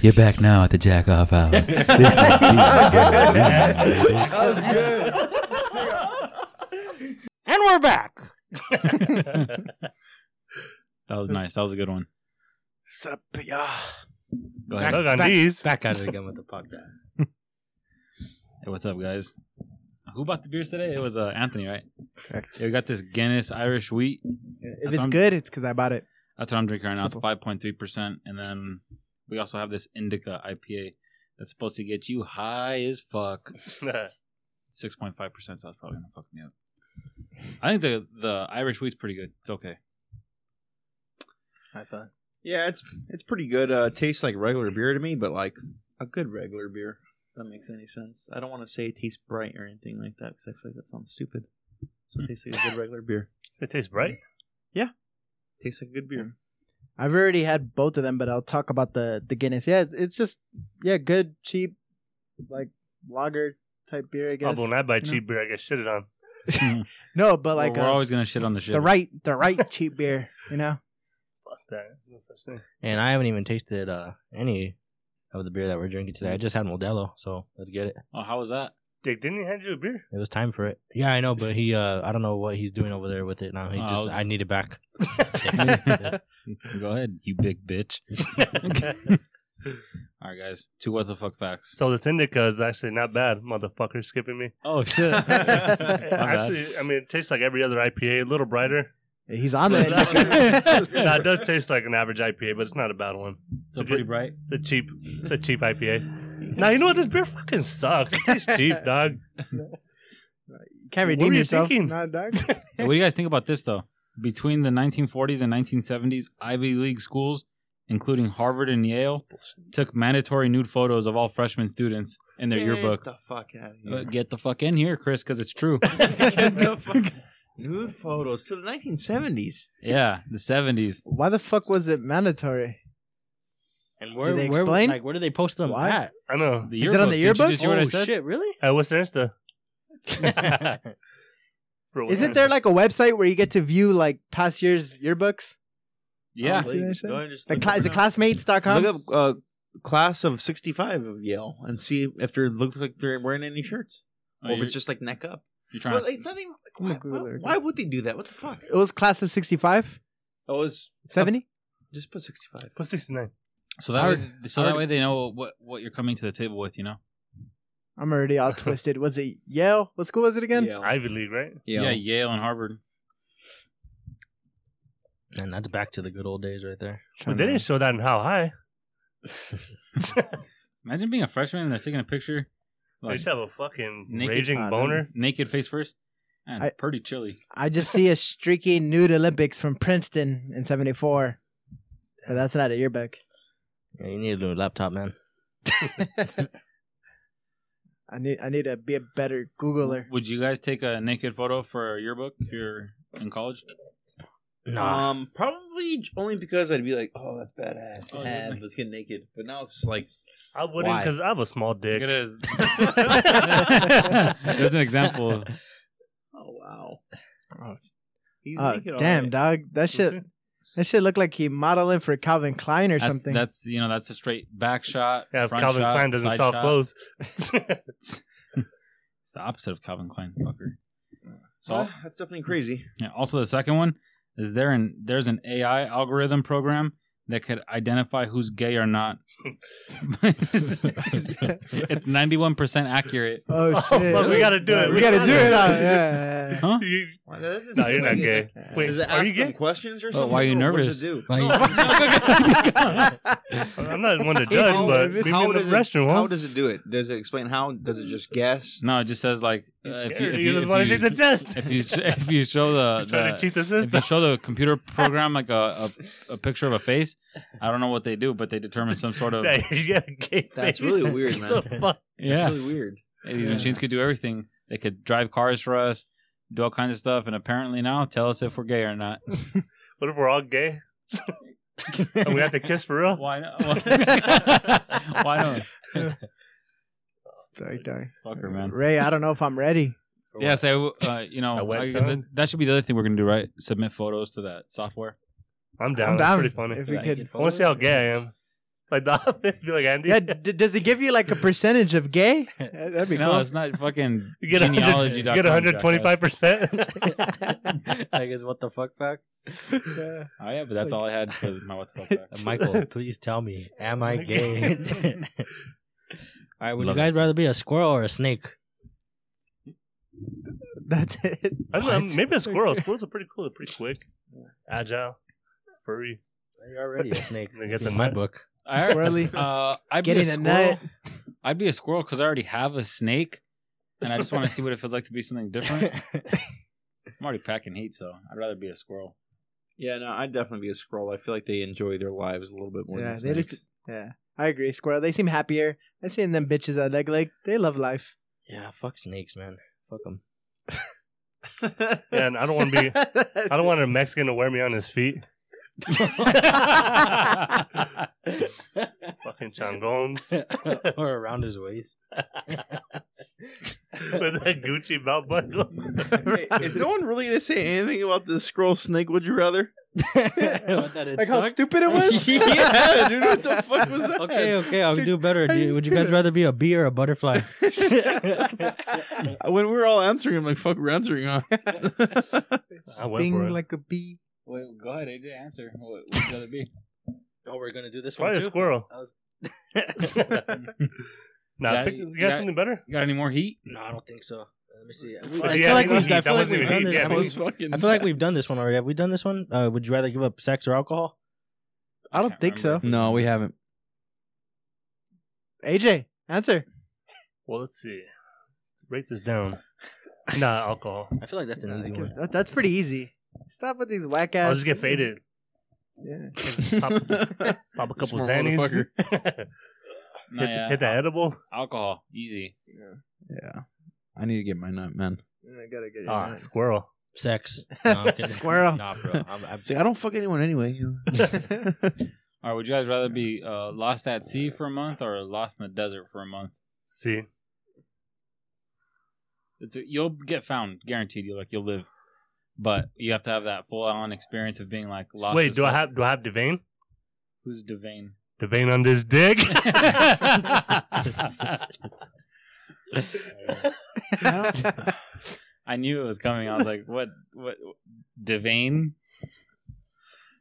You're back now at the jack off hour. And we're back. that was nice. That was a good one. Sup, yeah. Go Back- ahead. Suck on back- these. Back at it again with the podcast. Hey, what's up, guys? Who bought the beers today? It was uh, Anthony, right? Correct. Yeah, we got this Guinness Irish Wheat. If That's what it's I'm- good, it's because I bought it. That's what I'm drinking right now. Simple. It's 5.3%. And then we also have this Indica IPA that's supposed to get you high as fuck. 6.5%, so that's probably going to fuck me up. I think the, the Irish Wheat's pretty good. It's okay. High five. Yeah, it's it's pretty good. Uh, tastes like regular beer to me, but like a good regular beer. If that makes any sense. I don't want to say it tastes bright or anything like that because I feel like that sounds stupid. So it tastes like a good regular beer. It tastes bright. Tastes like a good beer. I've already had both of them, but I'll talk about the the Guinness. Yeah, it's, it's just yeah, good, cheap, like lager type beer. I Oh, guess but when I buy know? cheap beer, I get shitted on. no, but like we're, uh, always going to shit on the shit. the right the right cheap beer. You know, Fuck that. No such thing. And I haven't even tasted uh, any of the beer that we're drinking today. I just had Modelo, so let's get it. Oh, how was that? Dick, didn't he hand you a beer? It was time for it. Yeah, I know, but he, uh, I don't know what he's doing over there with it now. He Oh, just, okay. I need it back. Go ahead, you big bitch. All right, guys. Two what the fuck facts. So this indica is actually not bad, motherfucker. Skipping me. Oh shit. It's actually, I mean, it tastes like every other IPA, a little brighter. he's on That no, it does taste like an average IPA, but it's not a bad one. It's so a pretty good, bright. it's a cheap, it's a cheap IPA. Now you know what? This beer fucking sucks. It tastes cheap, dog. Can't What redeem were you yourself. thinking? Nah, dog. What do you guys think about this though? Between the 1940s and 1970s, Ivy League schools, including Harvard and Yale, took mandatory nude photos of all freshman students in their Get yearbook. the fuck out of Uh, here. Get the fuck in here, Chris, because it's true. Uh, Get the fuck. Nude photos to the 1970s. yeah, the 70s. Why the fuck was it mandatory? And where- they where- explain? like, where do they post them Why? at? I know. The Is it on the Did you yearbook? just hear what I oh, said? shit, really? Uh, what's their Insta? Bro, what's Isn't their there like a website where you get to view like past years yearbooks? Yeah. See that shit? Go and just The look cla- up is it now. classmates.com? Look up uh, class of 65 of Yale and see if they're looks like they're wearing any shirts. Oh, or if you're, it's just like neck up. you're Well, trying to, it's nothing. I'm Why, gonna Google it. why would they do that? What the fuck? It was class of 65, Oh, it's 70? Just put 65. What's 69? so that way- so that way they know what what you're coming to the table with, you know. Oh, I'm already all twisted. Was it Yale? What school was it again? Yeah. Ivy League, right? Yeah, Yale and Harvard. And that's back to the good old days right there. Well, they didn't show that in How High. Imagine being a freshman and they're taking a picture, I like just have a fucking Naked raging pot, boner. naked face first. Man, I- pretty chilly. I just see a streaky nude Olympics from Princeton in 74. But that's not a yearbook. Yeah, you need a new laptop, man. I need I need to be a better Googler. Would you guys take a naked photo for a yearbook if you're in college? Uh, Nah. Um, probably j- only because I'd be like, oh, that's badass. Oh, yeah, yeah. let's get naked. But now it's just like, I wouldn't Why? because I have a small dick. Look at his- There's an example. oh, wow. He's Oh, naked all damn, right. dog. That shit that shit looked like he modeling for Calvin Klein or That's, something. that's you know that's a straight back shot. Yeah, if front Calvin shot, Klein doesn't side sell shot. clothes. It's the opposite of Calvin Klein, fucker. So Well, that's definitely crazy. Yeah. Also, the second one is there an there's an AI algorithm program that could identify who's gay or not. it's ninety one percent accurate. oh shit. but we gotta do it. We, gotta do it. huh? gotta- Yeah, yeah, Huh? You- Why, that doesn't no, seem you're not like gay. it. Wait, Does it are ask you them gay? questions or Well, Oh, something? why are you Or what nervous? does it do? Why No, you- I'm not one to judge, How- but maybe how in the does it- restaurant How once. does it do it? Does it explain how? Does it just guess? No, it just says like uh, He's if you scared. if He you, doesn't if wanna you- take the test. if you sh- if you show the, I'm trying the to cheat the if you system. show the computer program like a, a a picture of a face, I don't know what they do, but they determine some sort of Yeah, you got a gay That's face. really weird, What the man. fuck? yeah. It's really weird. These machines could do everything. They could drive cars for us, do all kinds of stuff, and apparently now tell us if we're gay or not. What if we're all gay? and we have to kiss for real? Why not? Why not? yeah. Dog, dog. Fucker, man. Ray, I don't know if I'm ready. Yeah, so uh, you know A I- webcam? that should be the other thing we're gonna do, right? Submit photos to that software. I'm down. I'm That's down. pretty funny. If we Yeah. could I want to see how gay I am. Like the office, be like Andy. Yeah, d- does it give you like a percentage of gay? That'd be no, cool. it's not fucking You get a hundred- genealogy. get 125 percent. I guess what the fuck back? Oh yeah, but that's all I had for my what the fuck. facts. Uh, Michael, please tell me, am I gay? All right, would Love you guys it. rather be a squirrel or a snake? That's it. I don't know, What? maybe a squirrel. Squirrels are pretty cool. They're pretty quick, agile, furry. You're already a snake. I guess It's in I'm- my book. I already- Squirrely. Uh, I'd be a Getting a squirrel. nut. I'd be a squirrel because I already have a snake, and I just want to see what it feels like to be something different. I'm already packing heat, so I'd rather be a squirrel. Yeah, no, I'd definitely be a scroll. I feel like they enjoy their lives a little bit more Yeah, than they snakes. just- Yeah, I agree. Squirrel. They seem happier. I seen them bitches at leg like they love life. yeah, fuck snakes, man. Fuck them. And I don't want to be. I don't want a Mexican to wear me on his feet. Fucking changones or around his waist. with that Gucci belt buckle. Hey, is no one really gonna say anything about this scroll snake? Would you rather? What, that it Like how sucked? stupid it was. yeah, dude, what the fuck was that? Okay, okay, I'll do better. Do you- would you guys rather be a bee or a butterfly? When we were all answering, I'm like, "Fuck, we're answering, huh?" I went for Sting it. like a bee. Wait, go ahead, AJ. Answer. What would you rather be? oh, we're gonna do this Probably a squirrel. That was- Nah, Yeah, pick, you you got got- something better? You got any more heat? No, I don't think so. Let me see. Yeah, I feel like that we've I wasn't- feel that like wasn't we've even done heat. this. Yeah, I that mean, was fucking. I feel like we've done this one already. Have we done this one? Uh, would you rather give up sex or alcohol? I don't can't think so. remember. No, we haven't. AJ, answer. Well, let's see. Break this down. Nah, alcohol. I feel like that's an easy one. That- that's pretty easy. Stop with these whack ass. I'll just get faded. Yeah. Pop, pop a couple Smart zannies. motherfucker. hit, No, yeah. hit that edible. alcohol. Easy. yeah, I need to get my nut, man. I gotta get it. Ah, squirrel. Sex. No, I'm kidding. Squirrel. Nah, bro. I'm, I'm, See, I don't fuck anyone anyway. you know. All right. Would you guys rather be uh, lost at sea for a month or lost in the desert for a month? See, It's a, you'll get found, guaranteed. You like you'll live, but you have to have that full on experience of being like lost. wait, as do I fuck. have do I have Devane? Who's Devane? Devane on this dick? I knew it was coming. I was like, what? What? Devane?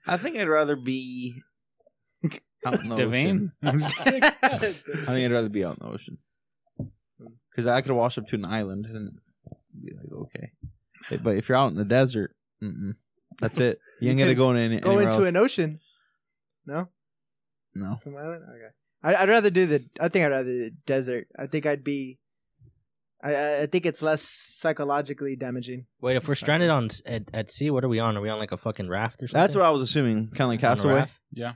I think I'd rather be out in the Devane? ocean. I think I'd rather be out in the ocean because I could wash up to an island and be like, okay. Hey, But if you're out in the desert, mm-mm, that's it. You ain't You gonna could go in any, Go anywhere into else. an ocean. No, No, from island. Okay. I, I'd rather do the. I think I'd rather do the desert. I think I'd be. I- I, I think it's less psychologically damaging. wait, if we're stranded on s- at, at sea, what are we on? Are we on like a fucking raft or something? that's what I was assuming. Kind of like On a Castaway. raft? Yeah.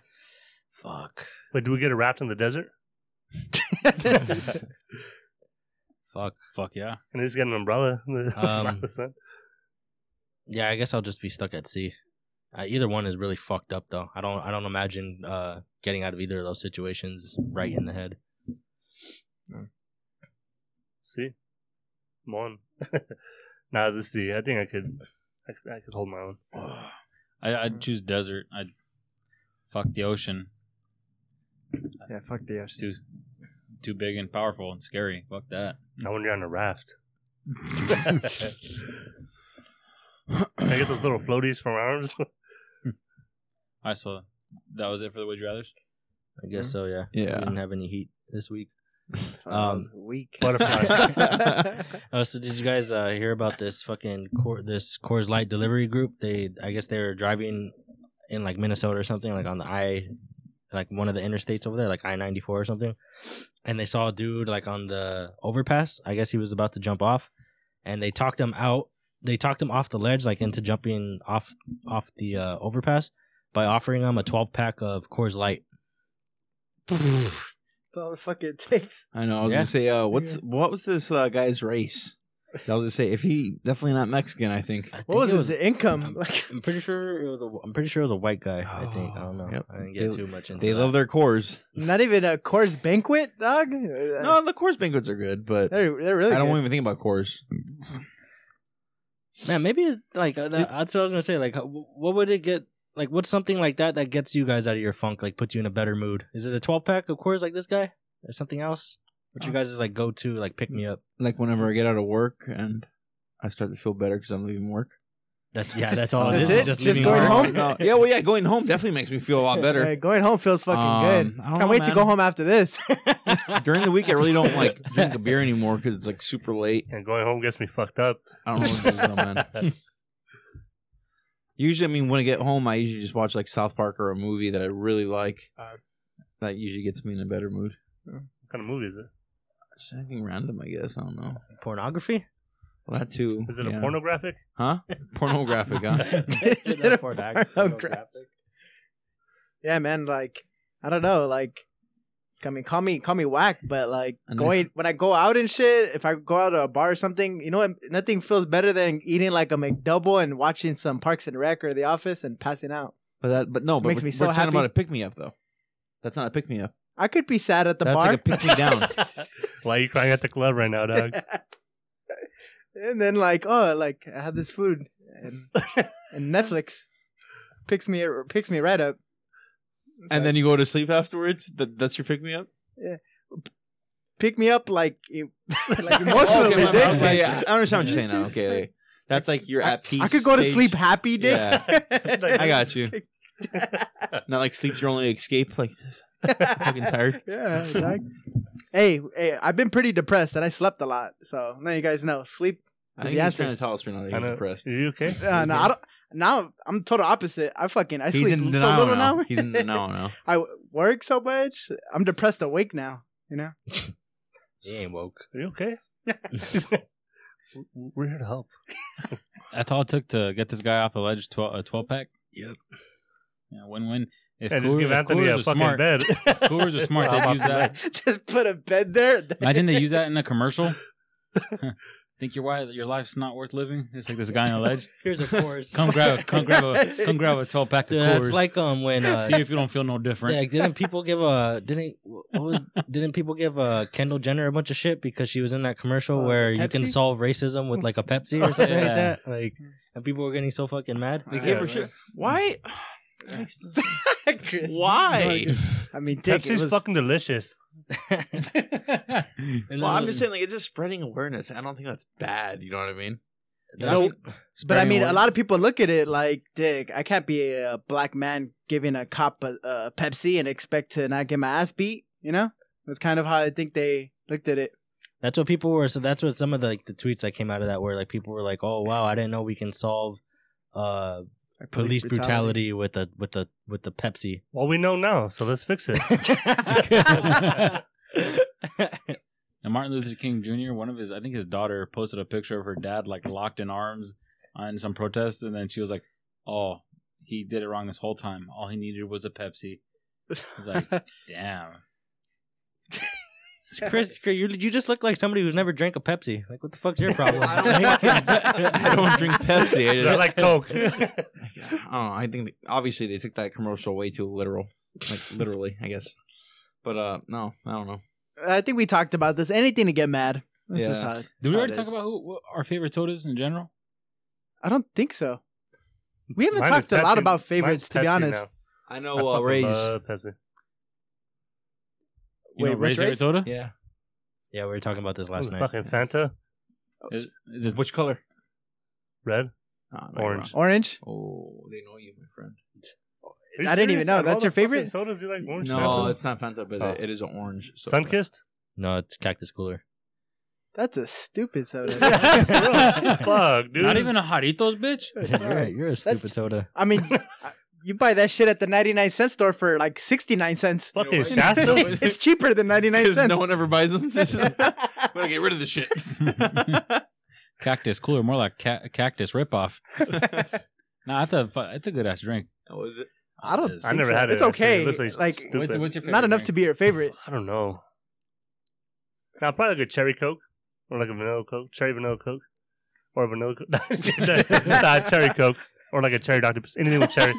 Fuck. wait, do we get a raft in the desert? Fuck. Fuck yeah. And just get an umbrella. Um, Yeah, I guess I'll just be stuck at sea. Uh, either one is really fucked up though. I don't. I don't imagine uh, getting out of either of those situations right in the head. See, come on. nah, let's see. I think I could. I, could- I could hold my own. I, I'd choose desert. I'd fuck the ocean. yeah, fuck the It's too too big and powerful and scary. Fuck that. Not when you're on a raft. Can I get those little floaties from arms? I saw that was it for the Would You Rathers. I guess so. Yeah. We Mm-hmm. Yeah. didn't have any heat this week. Um, weak. Butterfly. Oh, so did you guys uh, hear about this fucking Coor- this Coors Light delivery group? They, I guess, they were driving in like Minnesota or something, like on the I, like one of the interstates over there, like I ninety four or something. And they saw a dude like on the overpass. I guess he was about to jump off, and they talked him out. They talked him off the ledge, like into jumping off off the uh, overpass by offering him a twelve pack of Coors Light. That's all the fuck it takes. I know. I was Yeah. gonna say, uh, what's Yeah. what was this uh, guy's race? I was gonna say if he definitely not Mexican. I think. um, I think What was, it his income? I'm- like, I'm pretty sure it was a, I'm pretty sure it was a white guy. I think I don't know. Yep. I didn't get They- too much into. They that. love their cores. not even a Coors banquet, dog. No, No, the cores banquets are good, but I they're, they're really. don't good. even think about cores. Man, maybe it's like uh, that, that's uh, what I was gonna say. Like, how- wh- what would it get? like what's something like that that gets you guys out of your funk, like puts you in a better mood? Is it a twelve pack of course like this guy, or something else? What's your guys' like go to like pick me up? Like whenever I get out of work and I start to feel better because I'm leaving work. That's yeah, that's all. Oh, That's it Oh, is, it? Just, Just leaving going work. home? No, yeah, well, yeah, going home definitely makes me feel a lot better. Hey, Uh, going home feels fucking Um, good. I don't Can't know, wait to man. go home after this. During the week, I really don't like drink a beer anymore because it's like super late. And going home gets me fucked up. I don't know what it is, though, man. Usually, I mean, when I get home, I usually just watch like South Park or a movie that I really like. that usually gets me in a better mood. What kind of movie is it? Just anything random, I guess. I don't know. Pornography? Well, that too. Is it yeah. a pornographic? Huh? Pornographic, huh? Is it a pornographic? Yeah, man. Like, I don't know. Like, I mean, call me call me whack, but like And going when I go out and shit, if I go out to a bar or something, you know, what? nothing feels better than eating like a McDouble and watching some Parks and Rec or The Office and passing out. But that, but no, but Makes we're, me so we're talking about happy. a pick me up though. That's not a pick me up. I could be sad at the That's bar. like a pick me down. Why are you crying at the club right now, dog? and then like, oh, like I have this food and and Netflix picks me picks me right up. And then you go to sleep afterwards. That, that's your pick me up. Pick me up like, e- like emotionally, okay, my dick. bad. Okay, Like, yeah, I understand what you're saying now. Okay, okay. that's like you're at peace. I could go to stage. sleep happy, dick. Yeah. I got you. Not like sleep's your only escape. Like fucking tired. Yeah, dog. hey, hey, I've been pretty depressed and I slept a lot. So now you guys know sleep. I Is think the he's answer. trying to tell us we're not I he's know. depressed. Are you okay? Uh, no, I don't. Now I'm total opposite. I fucking I He's sleep in so little denial now. now. He's in denial now. I w- work so much. I'm depressed awake now. You know. He ain't woke. Are you okay? W- We're here to help. That's all it took to get this guy off the ledge. Twelve, a twelve pack. Yep. Yeah, win-win. If and just Coors- give if Anthony Coors a was fucking smart- bed. Coors are smart. They'd use that. Just put a bed there. Imagine they use that in a commercial. Think your why your life's not worth living? It's like this guy on a ledge. Here's a course. Come grab, come grab a, come grab a twelve pack of Dude, Coors. that's like um when uh, See if you don't feel no different. yeah, didn't people give a didn't what was didn't people give uh, Kendall Jenner a bunch of shit because she was in that commercial Uh, where you can Pepsi? solve racism with like a Pepsi or something Yeah. like that? Like, and people were getting so fucking mad. They Yeah, gave her man. shit. Why? Chris. Why? I mean, dick. it Pepsi's was- fucking delicious. And then Well, I'm it was- just saying, like, it's just spreading awareness. I don't think that's bad. You know what I mean? that's- No, but I mean, a lot of people look at it like, dick. I can't be a black man giving a cop a, a Pepsi and expect to not get my ass beat. You know, that's kind of how I think they looked at it. That's what people were. So that's what some of the like, the tweets that came out of that were like people were like, "Oh wow, I didn't know we can solve uh Like police brutality, with a with a with the Pepsi." Well, we know now, so let's fix it. And Martin Luther King Jr. One of his, I think his daughter posted a picture of her dad like locked in arms on some protest, and then she was like, "Oh, he did it wrong this whole time. All he needed was a Pepsi." It's like, damn. Chris, Chris, you you just look like somebody who's never drank a Pepsi. Like, what the fuck's your problem? I don't, I don't drink Pepsi. I, Is just, that like Coke? I don't know. I think obviously they took that commercial way too literal, like literally, I guess. But uh, no, I don't know. I think we talked about this. Anything to get mad. This is Yeah. how. Did we how already it talk is. about who what, our favorite sodas in general? I don't think so. We haven't Mine is talked a lot Pepsi. about favorites, Mine's to be Pepsi honest. now. I I know uh, fucking Ray's. love Pepsi. You Wait, know, which Ray's favorite race? soda? yeah. yeah, we were talking about this Last last night. Fucking Fanta, Is, is it Which color? red. Ah, no, you're Orange. wrong. Orange. Oh, they know you, my friend. Are you I didn't serious? even know. Out of That's all the your fucking favorite? Sodas you like orange? no, Fanta? it's not Fanta, but Oh. it- it is an orange. soda. Sunkissed. No, it's Cactus Cooler. That's a stupid soda. Fuck, dude. not even a Haritos, bitch? you're, a, you're a stupid soda. I mean, you buy that shit at the 99 cent store for like 69 cents. fucking You know what? Shasta. it's cheaper than 99 Because cents. no one ever buys them. Just, better get rid of this shit. cactus cooler, more like ca- cactus ripoff. Nah, that's a fu- that's a good ass drink. How was Oh, it? I don't It is. I never so. had it. It's actually. okay. It looks like, Like, stupid. What's, what's your favorite Not enough to be your favorite. I don't know. Now probably like a cherry coke or like a vanilla coke, cherry vanilla coke, or a vanilla coke. nah, cherry coke or like a cherry Dr. Pepper. Anything with cherry.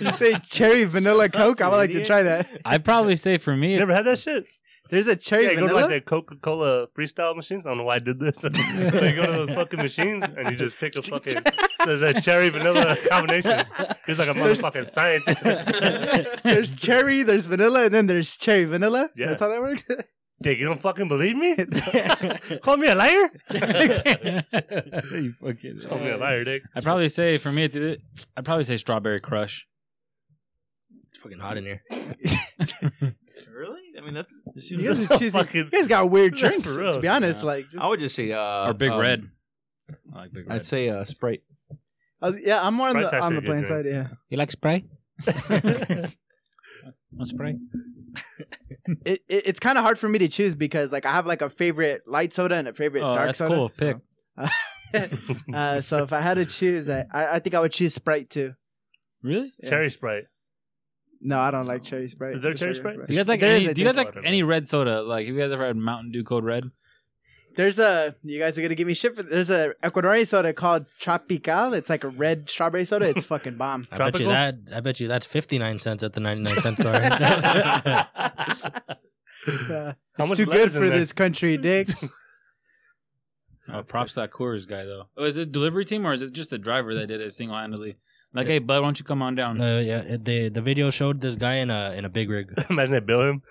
You say cherry vanilla coke. I would like to try that. I'd probably say for me, You never had that shit? There's a cherry yeah, you go to vanilla. like the Coca Cola freestyle machines. I don't know why I did this. so you go to those fucking machines and you just pick a fucking There's a cherry vanilla combination. He's like a There's- motherfucking scientist. there's cherry, there's vanilla, and then there's cherry vanilla. Yeah. That's how that works. Dick, you don't fucking believe me? Call me a liar? you fucking Call me a liar, Dick. I'd probably say for me, it's either, I'd probably say Strawberry Crush. It's fucking hot in here. Really? I mean, that's. You guys, so are cheesy. fucking- you guys got weird For drinks. real. To be honest, Yeah. like just, I would just say uh, or Big um, Red. I like Big Red. I'd say uh, Sprite. I was- yeah, I'm more on Sprite's the on actually the a plain good side. Yeah, You like spray? Want spray? it, it it's kind of hard for me to choose because like I have like a favorite light soda and a favorite Oh, dark that's soda. cool. Pick. Uh, so if I had to choose, I, I I think I would choose Sprite too. Really? Yeah. Cherry Sprite. No, I don't like cherry Sprite. Is there Just cherry regular Sprite? Do you guys like There is any, a do you guys different like one, I any think. red soda? Like, have you guys ever had Mountain Dew Code Red? There's a you guys are gonna give me shit for there's a Ecuadorian soda called Tropical. It's like a red strawberry soda. It's fucking bomb. I bet you Tropical? that. I bet you that's fifty nine cents at the ninety nine cent store. Uh, How it's much too lead good is in for there? this country, Dick. Oh, props to that Coors guy though. Oh, is it delivery team or is it just the driver that did it single handedly? Like, hey, bud, why don't you come on down? Uh, yeah, it- the the video showed this guy in a in a big rig. Imagine they bill him.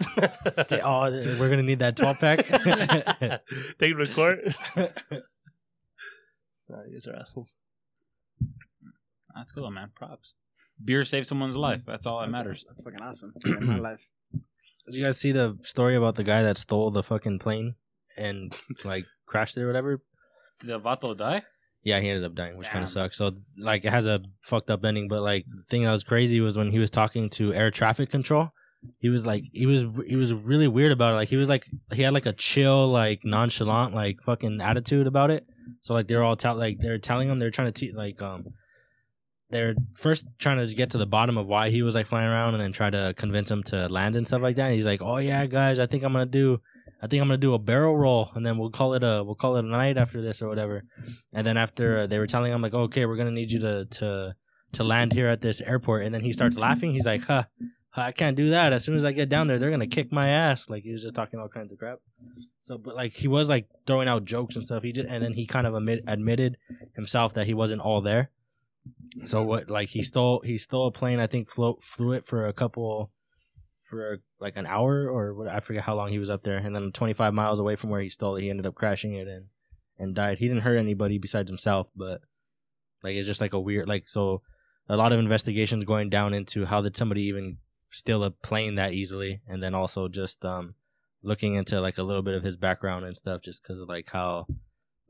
Say, oh, th- we're gonna need that twelve pack. Take him to court. Nah, you guys are assholes. That's cool, man. Props. Beer saves someone's life. That's all that matters. That's fucking awesome. Yeah, my life. Did you guys see the story about the guy that stole the fucking plane and like crashed it or whatever? Did the Vato die? Yeah, he ended up dying, which kind Damn. of sucks. So like, it has a fucked up ending. But like, the thing that was crazy was when he was talking to air traffic control. He was like, he was he was really weird about it. Like, he was like, he had like a chill, like nonchalant, like fucking attitude about it. So like, they're all tell like they're telling him they're trying to te- like um. They're first trying to get to the bottom of why he was like flying around, and then try to convince him to land and stuff like that. And he's like, "Oh yeah, guys, I think I'm gonna do, I think I'm gonna do a barrel roll, and then we'll call it a we'll call it a night after this or whatever." And then after uh, they were telling him like, okay, we're gonna need you to to to land here at this airport, and then he starts laughing. He's like, huh, huh, I can't do that. As soon as I get down there, they're gonna kick my ass. Like he was just talking all kinds of crap. So, but like he was like throwing out jokes and stuff. He just and then he kind of admit, admitted himself that he wasn't all there. So what? Like he stole he stole a plane. I think flew flew it for a couple. For like an hour or what, I forget how long he was up there, and then 25 miles away from where he stole it, he ended up crashing it and and died. He didn't hurt anybody besides himself, but like it's just like a weird like so a lot of investigations going down into how did somebody even steal a plane that easily and then also just um looking into like a little bit of his background and stuff just cuz of like how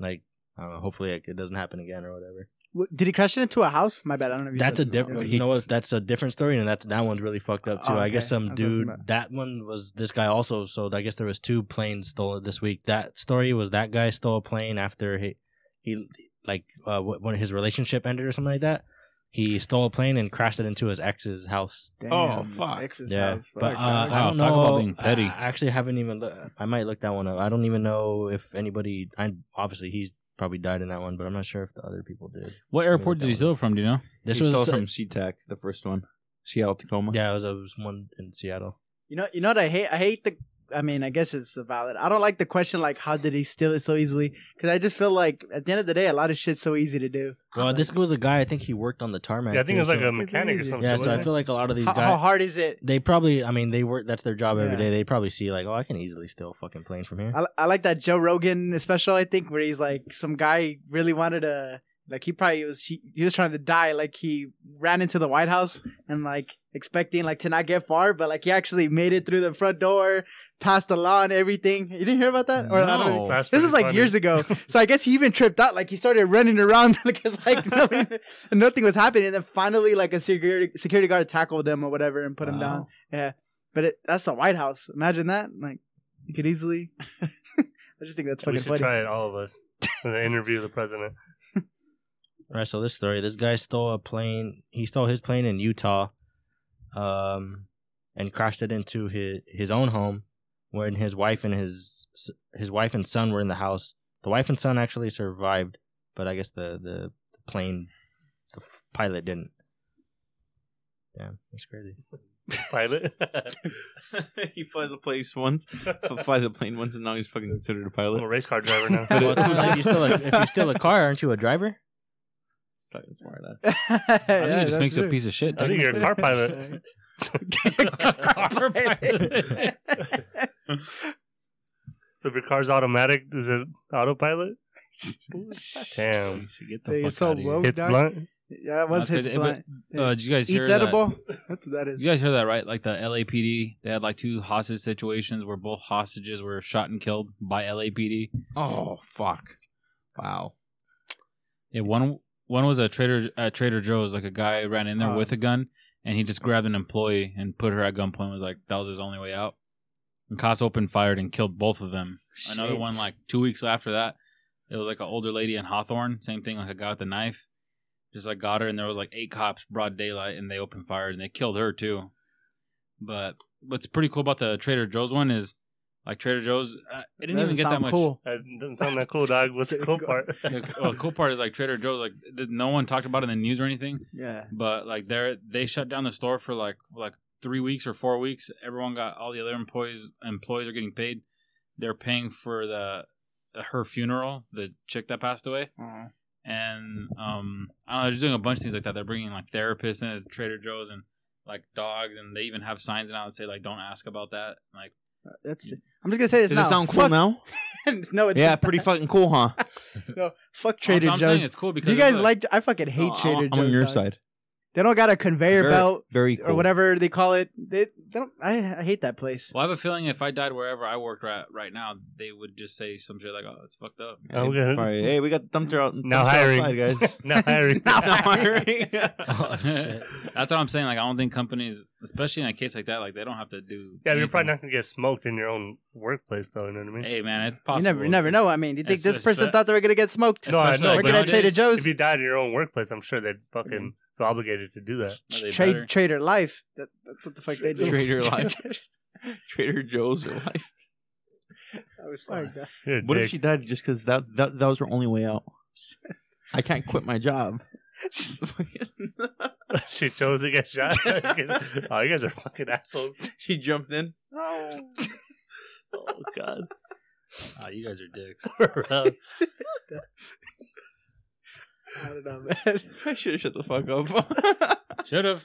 like I don't know, hopefully like, it doesn't happen again or whatever. What- Did he crash it into a house? My bad. I don't know. If you That's a said- different. Yeah. You know what? That's a different story, and that's that one's really fucked up too. Oh, I okay. guess some That's what I was dude. about. That one was this guy also. So I guess there was two planes stolen this week. That story was that guy stole a plane after he, he like uh, wh- when his relationship ended or something like that. He stole a plane and crashed it into his ex's house. Damn, Oh, this fuck. exercise, Yeah, fuck, but uh, dog. I Wow, don't know. talk about being petty. I I actually haven't even. Look, I might look that one up. I don't even know if anybody. I obviously he's probably died in that one, but I'm not sure if the other people did. What airport did he steal it from? Do you know? This He was uh, stole from SeaTac, the first one, Seattle Tacoma. yeah. It was, it was one in Seattle. You know, you know what I hate. I hate the. I mean, I guess it's valid. I don't like the question like, how did he steal it so easily? Because I just feel like at the end of the day, a lot of shit's so easy to do. Well, this was a guy. I think he worked on the tarmac. Yeah, I think it was too, like a so- mechanic or something. yeah. So I feel like a lot of these How, how guys, hard is it? they probably. I mean, they work. That's their job every Yeah. day. They probably see like, oh, I can easily steal a fucking plane from here. I, I like that Joe Rogan special. I think where he's like, some guy really wanted to. Like he probably was he, he was trying to die. Like he ran into the White House and like expecting like to not get far, but like he actually made it through the front door, past the lawn, everything. You didn't hear about that? Or I don't, No. That's This is pretty like funny. years ago, so I guess he even tripped out. Like he started running around because like nothing, nothing was happening, and then finally like a security security guard tackled him or whatever and put him down. Yeah, but it, that's the White House. Imagine that. Like you could easily. I just think that's We fucking should funny. try it, all of us. In the interview with the president. All right. So this story, this guy stole a plane. He stole his plane in Utah, um, and crashed it into his his own home, when his wife and his his wife and son were in the house. The wife and son actually survived, but I guess the the, the plane, the f- pilot didn't. Damn, that's crazy. Pilot. he flies a place once, f- flies a plane once, and now he's fucking considered a I'm a pilot. race car driver now. Well, it's 'cause if you steal a, if you steal a car, aren't you a driver? probably that's more I yeah, think it just that's makes you a true. piece of shit. I think you're a car pilot. Car pilot. So if your car's automatic, is it autopilot? Damn. Get the Hey, fuck so outta here. woke, It's dog. blunt. Yeah, it was Not hits that- blunt. but, uh, did you guys hear Eats that- edible. That's what that is. You guys heard that right? Like the LAPD, they had like two hostage situations where both hostages were shot and killed by LAPD. Oh fuck! Wow. Yeah, one one was a Trader uh, Trader Joe's. Like a guy ran in there Oh. with a gun and he just grabbed an employee and put her at gunpoint. and Was like that was his only way out. And cops opened fired and killed both of them. Another Shit. one like two weeks after that, it was like an older lady in Hawthorne. Same thing, like a guy with a knife. Just like got her, and there was like eight cops, broad daylight, and they opened fire and they killed her too. But what's pretty cool about the Trader Joe's one is, like Trader Joe's, uh, it didn't Doesn't even get that sound much. cool. That Uh, doesn't sound that cool, dog. What's the cool part? Yeah, Oh, well, the cool part is like Trader Joe's, like th- no one talked about it in the news or anything. Yeah. But like they they shut down the store for like like three weeks or four weeks. Everyone got all the other employees employees are getting paid. They're paying for the her funeral, the chick that passed away, and um I don't know, they're just doing a bunch of things like that. They're bringing like therapists into Trader Joe's and like dogs, and they even have signs now that say like don't ask about that. Like That's. I'm just gonna say this Does now. it sound cool Fuck- now? no, it Yeah, does pretty not. fucking cool, huh? no, fuck I'm- Trader I'm saying Joe's. it's cool because Do you it was guys a- like? I fucking hate I'm- Trader Joe's. I'm on your dog. side. They don't got a conveyor Very- belt Very cool. or whatever they call it. They, they don't. I, I hate that place. Well, I have a feeling if I died wherever I worked right right now, they would just say some shit like, "Oh, it's fucked up." Hey, I'm good. probably, hey, we got the dumpster out. Now dumpster hiring. outside, guys. Not hiring. now hiring. Oh, shit. That's what I'm saying. Like, I don't think companies, especially in a case like that, like they don't have to do. Yeah, you're anything. probably not gonna get smoked in your own workplace, though. You know what I mean? Hey, man, it's You possible. never, you never know. I mean, you think It's- this it's person that- thought they were gonna get smoked? no, I Especially know. like Working at nowadays, Trader Joe's, If you died in your own workplace, I'm sure they'd fucking Mm-hmm. feel obligated to do that. Are they Trade better? Trader Life. That, that's what the fuck they do. Trader Life. Trader Joe's or life. I was like, uh, You're a What dick. if she died just because that, that that was her only way out? I can't quit my job. she chose to get shot? oh, you guys are fucking assholes. she jumped in. Oh god. Aw, Ah, you guys are dicks. I don't know, man. I should have shut the fuck up. Should have.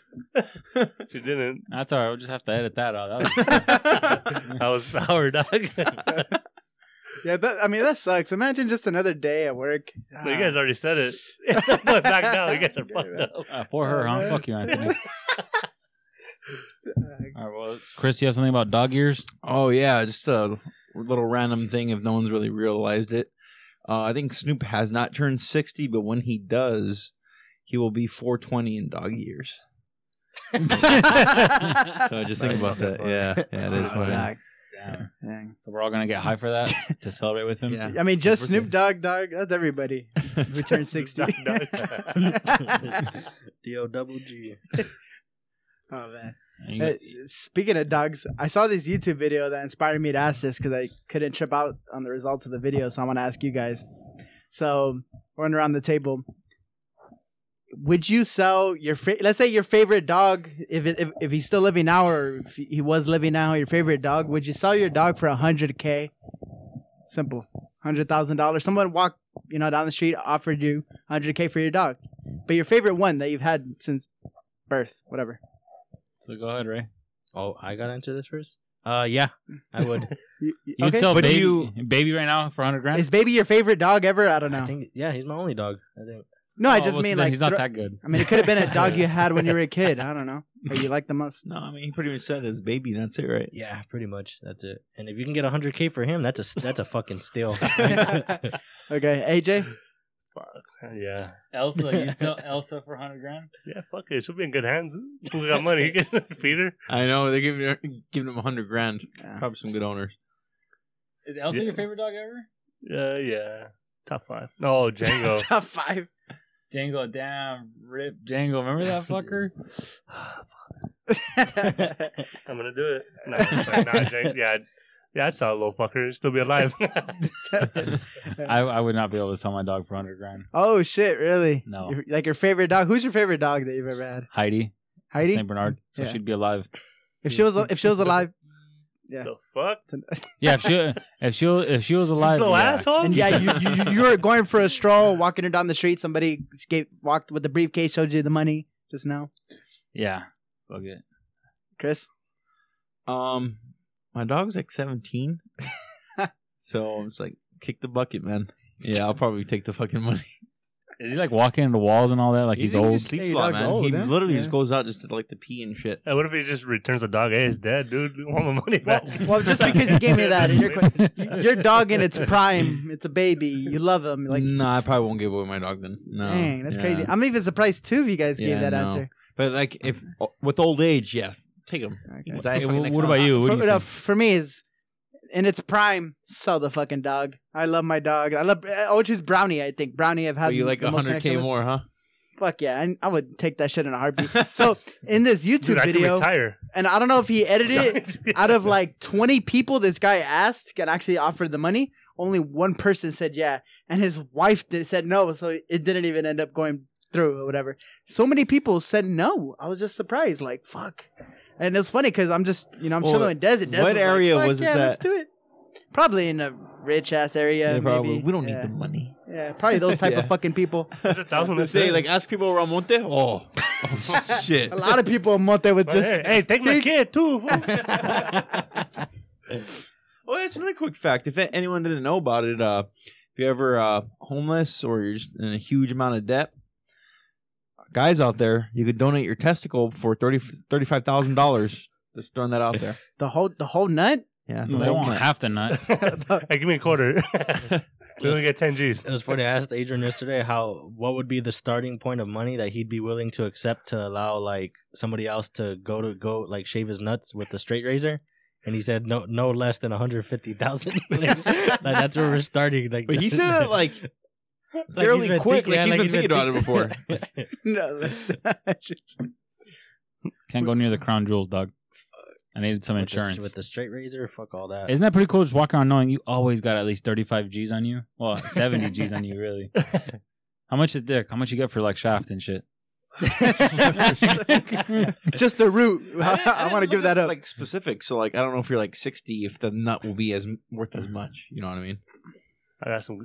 She didn't. That's all right. We'll just have to edit that out. That was- I was sour, dog. But Yeah, that, I mean that sucks. Imagine just another day at work. you guys already said it. but back now, you guys are fucked up. uh, poor her, huh? Fuck you, Anthony. All right, well, Chris, you have something about dog ears? Oh yeah, just a little random thing if no one's really realized it. Uh, I think Snoop has not turned sixty, but when he does, he will be four twenty in dog years. So just think about that. Yeah, yeah, it is funny. Ah, Dog. Damn. Dang. So we're all gonna get high for that to celebrate with him. Yeah. I mean, just Birthday. Snoop Dogg, dog. That's everybody. We turned sixty. Dog, dog. D O double G. oh man. And you- Uh, speaking of dogs, I saw this YouTube video that inspired me to ask this because I couldn't trip out on the results of the video, so I want to ask you guys. So, running around the table, would you sell your fa- let's say your favorite dog if, it- if if he's still living now or if he was living now, your favorite dog? Would you sell your dog for a hundred k? Simple, hundred thousand dollars. Someone walked you know down the street offered you hundred k for your dog, but your favorite one that you've had since birth, whatever. so go ahead, Ray. Oh, I got into this first. Uh, yeah, I would. You, you- You can sell but do baby, you- baby right now for hundred grand. Is Baby your favorite dog ever? I don't know. I think yeah, he's my only dog. I think. no, Oh, I just well, so mean then like. he's not thro- that good. I mean, it could have been a dog you had when you were a kid. I don't know. Or you liked the most. No, I mean he pretty much said his baby. That's it, right? Yeah, pretty much. That's it. And if you can get 100k for him, that's a that's a fucking steal. okay, AJ. yeah. Elsa, you sell Elsa for hundred grand? Yeah, fuck it. She'll be in good hands. We got money. You can feed her. I know they're giving her, giving him a hundred grand. Yeah. Probably some good owners. Is Elsa Yeah. your favorite dog ever? Yeah, Uh, yeah. Top five. Oh, Django. Top five. Django, damn, rip Django. Remember that fucker? I'm gonna do it. No, I'm sorry, nah, Django. Yeah, I'd- yeah. I saw a little fucker still be alive. I, I would not be able to sell my dog for hundred grand. oh shit! Really? No. Your- like your favorite dog? Who's your favorite dog that you've ever had? Heidi, Heidi. Saint Bernard, so Yeah. she'd be alive. If she was if she was alive, Yeah. The fuck? Yeah, if she if she if she was alive, Little yeah. asshole? And yeah, you, you you- you were going for a stroll, walking her down the street. Somebody escaped, walked with the briefcase, showed you the money just now. Yeah, fuck it. Chris, Um, my dog's like 17, so I'm just like, kick the bucket, man. Yeah, I'll probably take the fucking money. Is he like walking into walls and all that? Like he's He old. just sleeps Yeah, a your lot, dog's man. old, he huh? literally Yeah. just goes out just to like the pee and shit. And what if he just returns the dog? Hey, it's dead, dude. I want my money Well- back. well, just because you gave me that, and you're- Oh, your dog in its prime, it's a baby. You love him. Like, Like, no, I probably won't give away my dog then. No, dang, that's Yeah. crazy. I'm even surprised two of you guys gave Yeah, that no. answer. But like, if with old age, yeah, take him. Okay. Hey, wh- what, about you? What do For, you no, think? for me is in its prime, sell the fucking dog. I love my dog. I love I would choose Brownie, I think. Brownie I've had Well, you the- like the most 100k connection with. more, huh? Fuck yeah. I, I would take that shit in a heartbeat. so in this YouTube Dude, I could video retire. and I don't know if he edited it out of like twenty people this guy asked and actually offered the money, only one person said yeah. And his wife did, said no, so it didn't even end up going through or whatever. So many people said no. I was just surprised, like fuck. And it's funny because I'm just you know I'm Well, chilling with Des. and Des what was like, area "Fuck was yeah, this Let's at?" do it. Probably in a rich ass area. Yeah, maybe. probably. We don't Yeah. need the money. Yeah, probably those type Yeah. of fucking people. Hundred thousand, Let's that's say it. like ask people around Monte. Oh, shit. A lot of people in Monte would But just hey, hey, take my kid too. fool. Well, that's Oh, another quick fact. If anyone didn't know about it, uh, if you're ever uh, homeless or you're just in a huge amount of debt, guys out there, you could donate your testicle for thirty thirty five thousand dollars. Just throwing that out there. the whole the whole nut. Yeah, No, they want half the nut. hey, give me a quarter. we only get ten G's. It was funny. I asked Adrian yesterday how what would be the starting point of money that he'd be willing to accept to allow like somebody else to go to go like shave his nuts with a straight razor, and he said no no less than one hundred fifty thousand. like, that's where we're starting. Like, But he said that, like, fairly been quick, like yeah, he's been thinking about it before. thinking- No, that's not. Can't go near the crown jewels, dog. I needed some with the- insurance. with the straight razor. Fuck all that. Isn't that pretty cool? Just walk around knowing you always got at least thirty-five G's on you. Well, seventy G's on you, really. How much a dick? How much you get for like shaft and shit? just the root. I, didn't- I, didn't want to look give that up, up. Like specific, so like I don't know if you're like sixty, if the nut will be as worth as much. You know what I mean? I got some.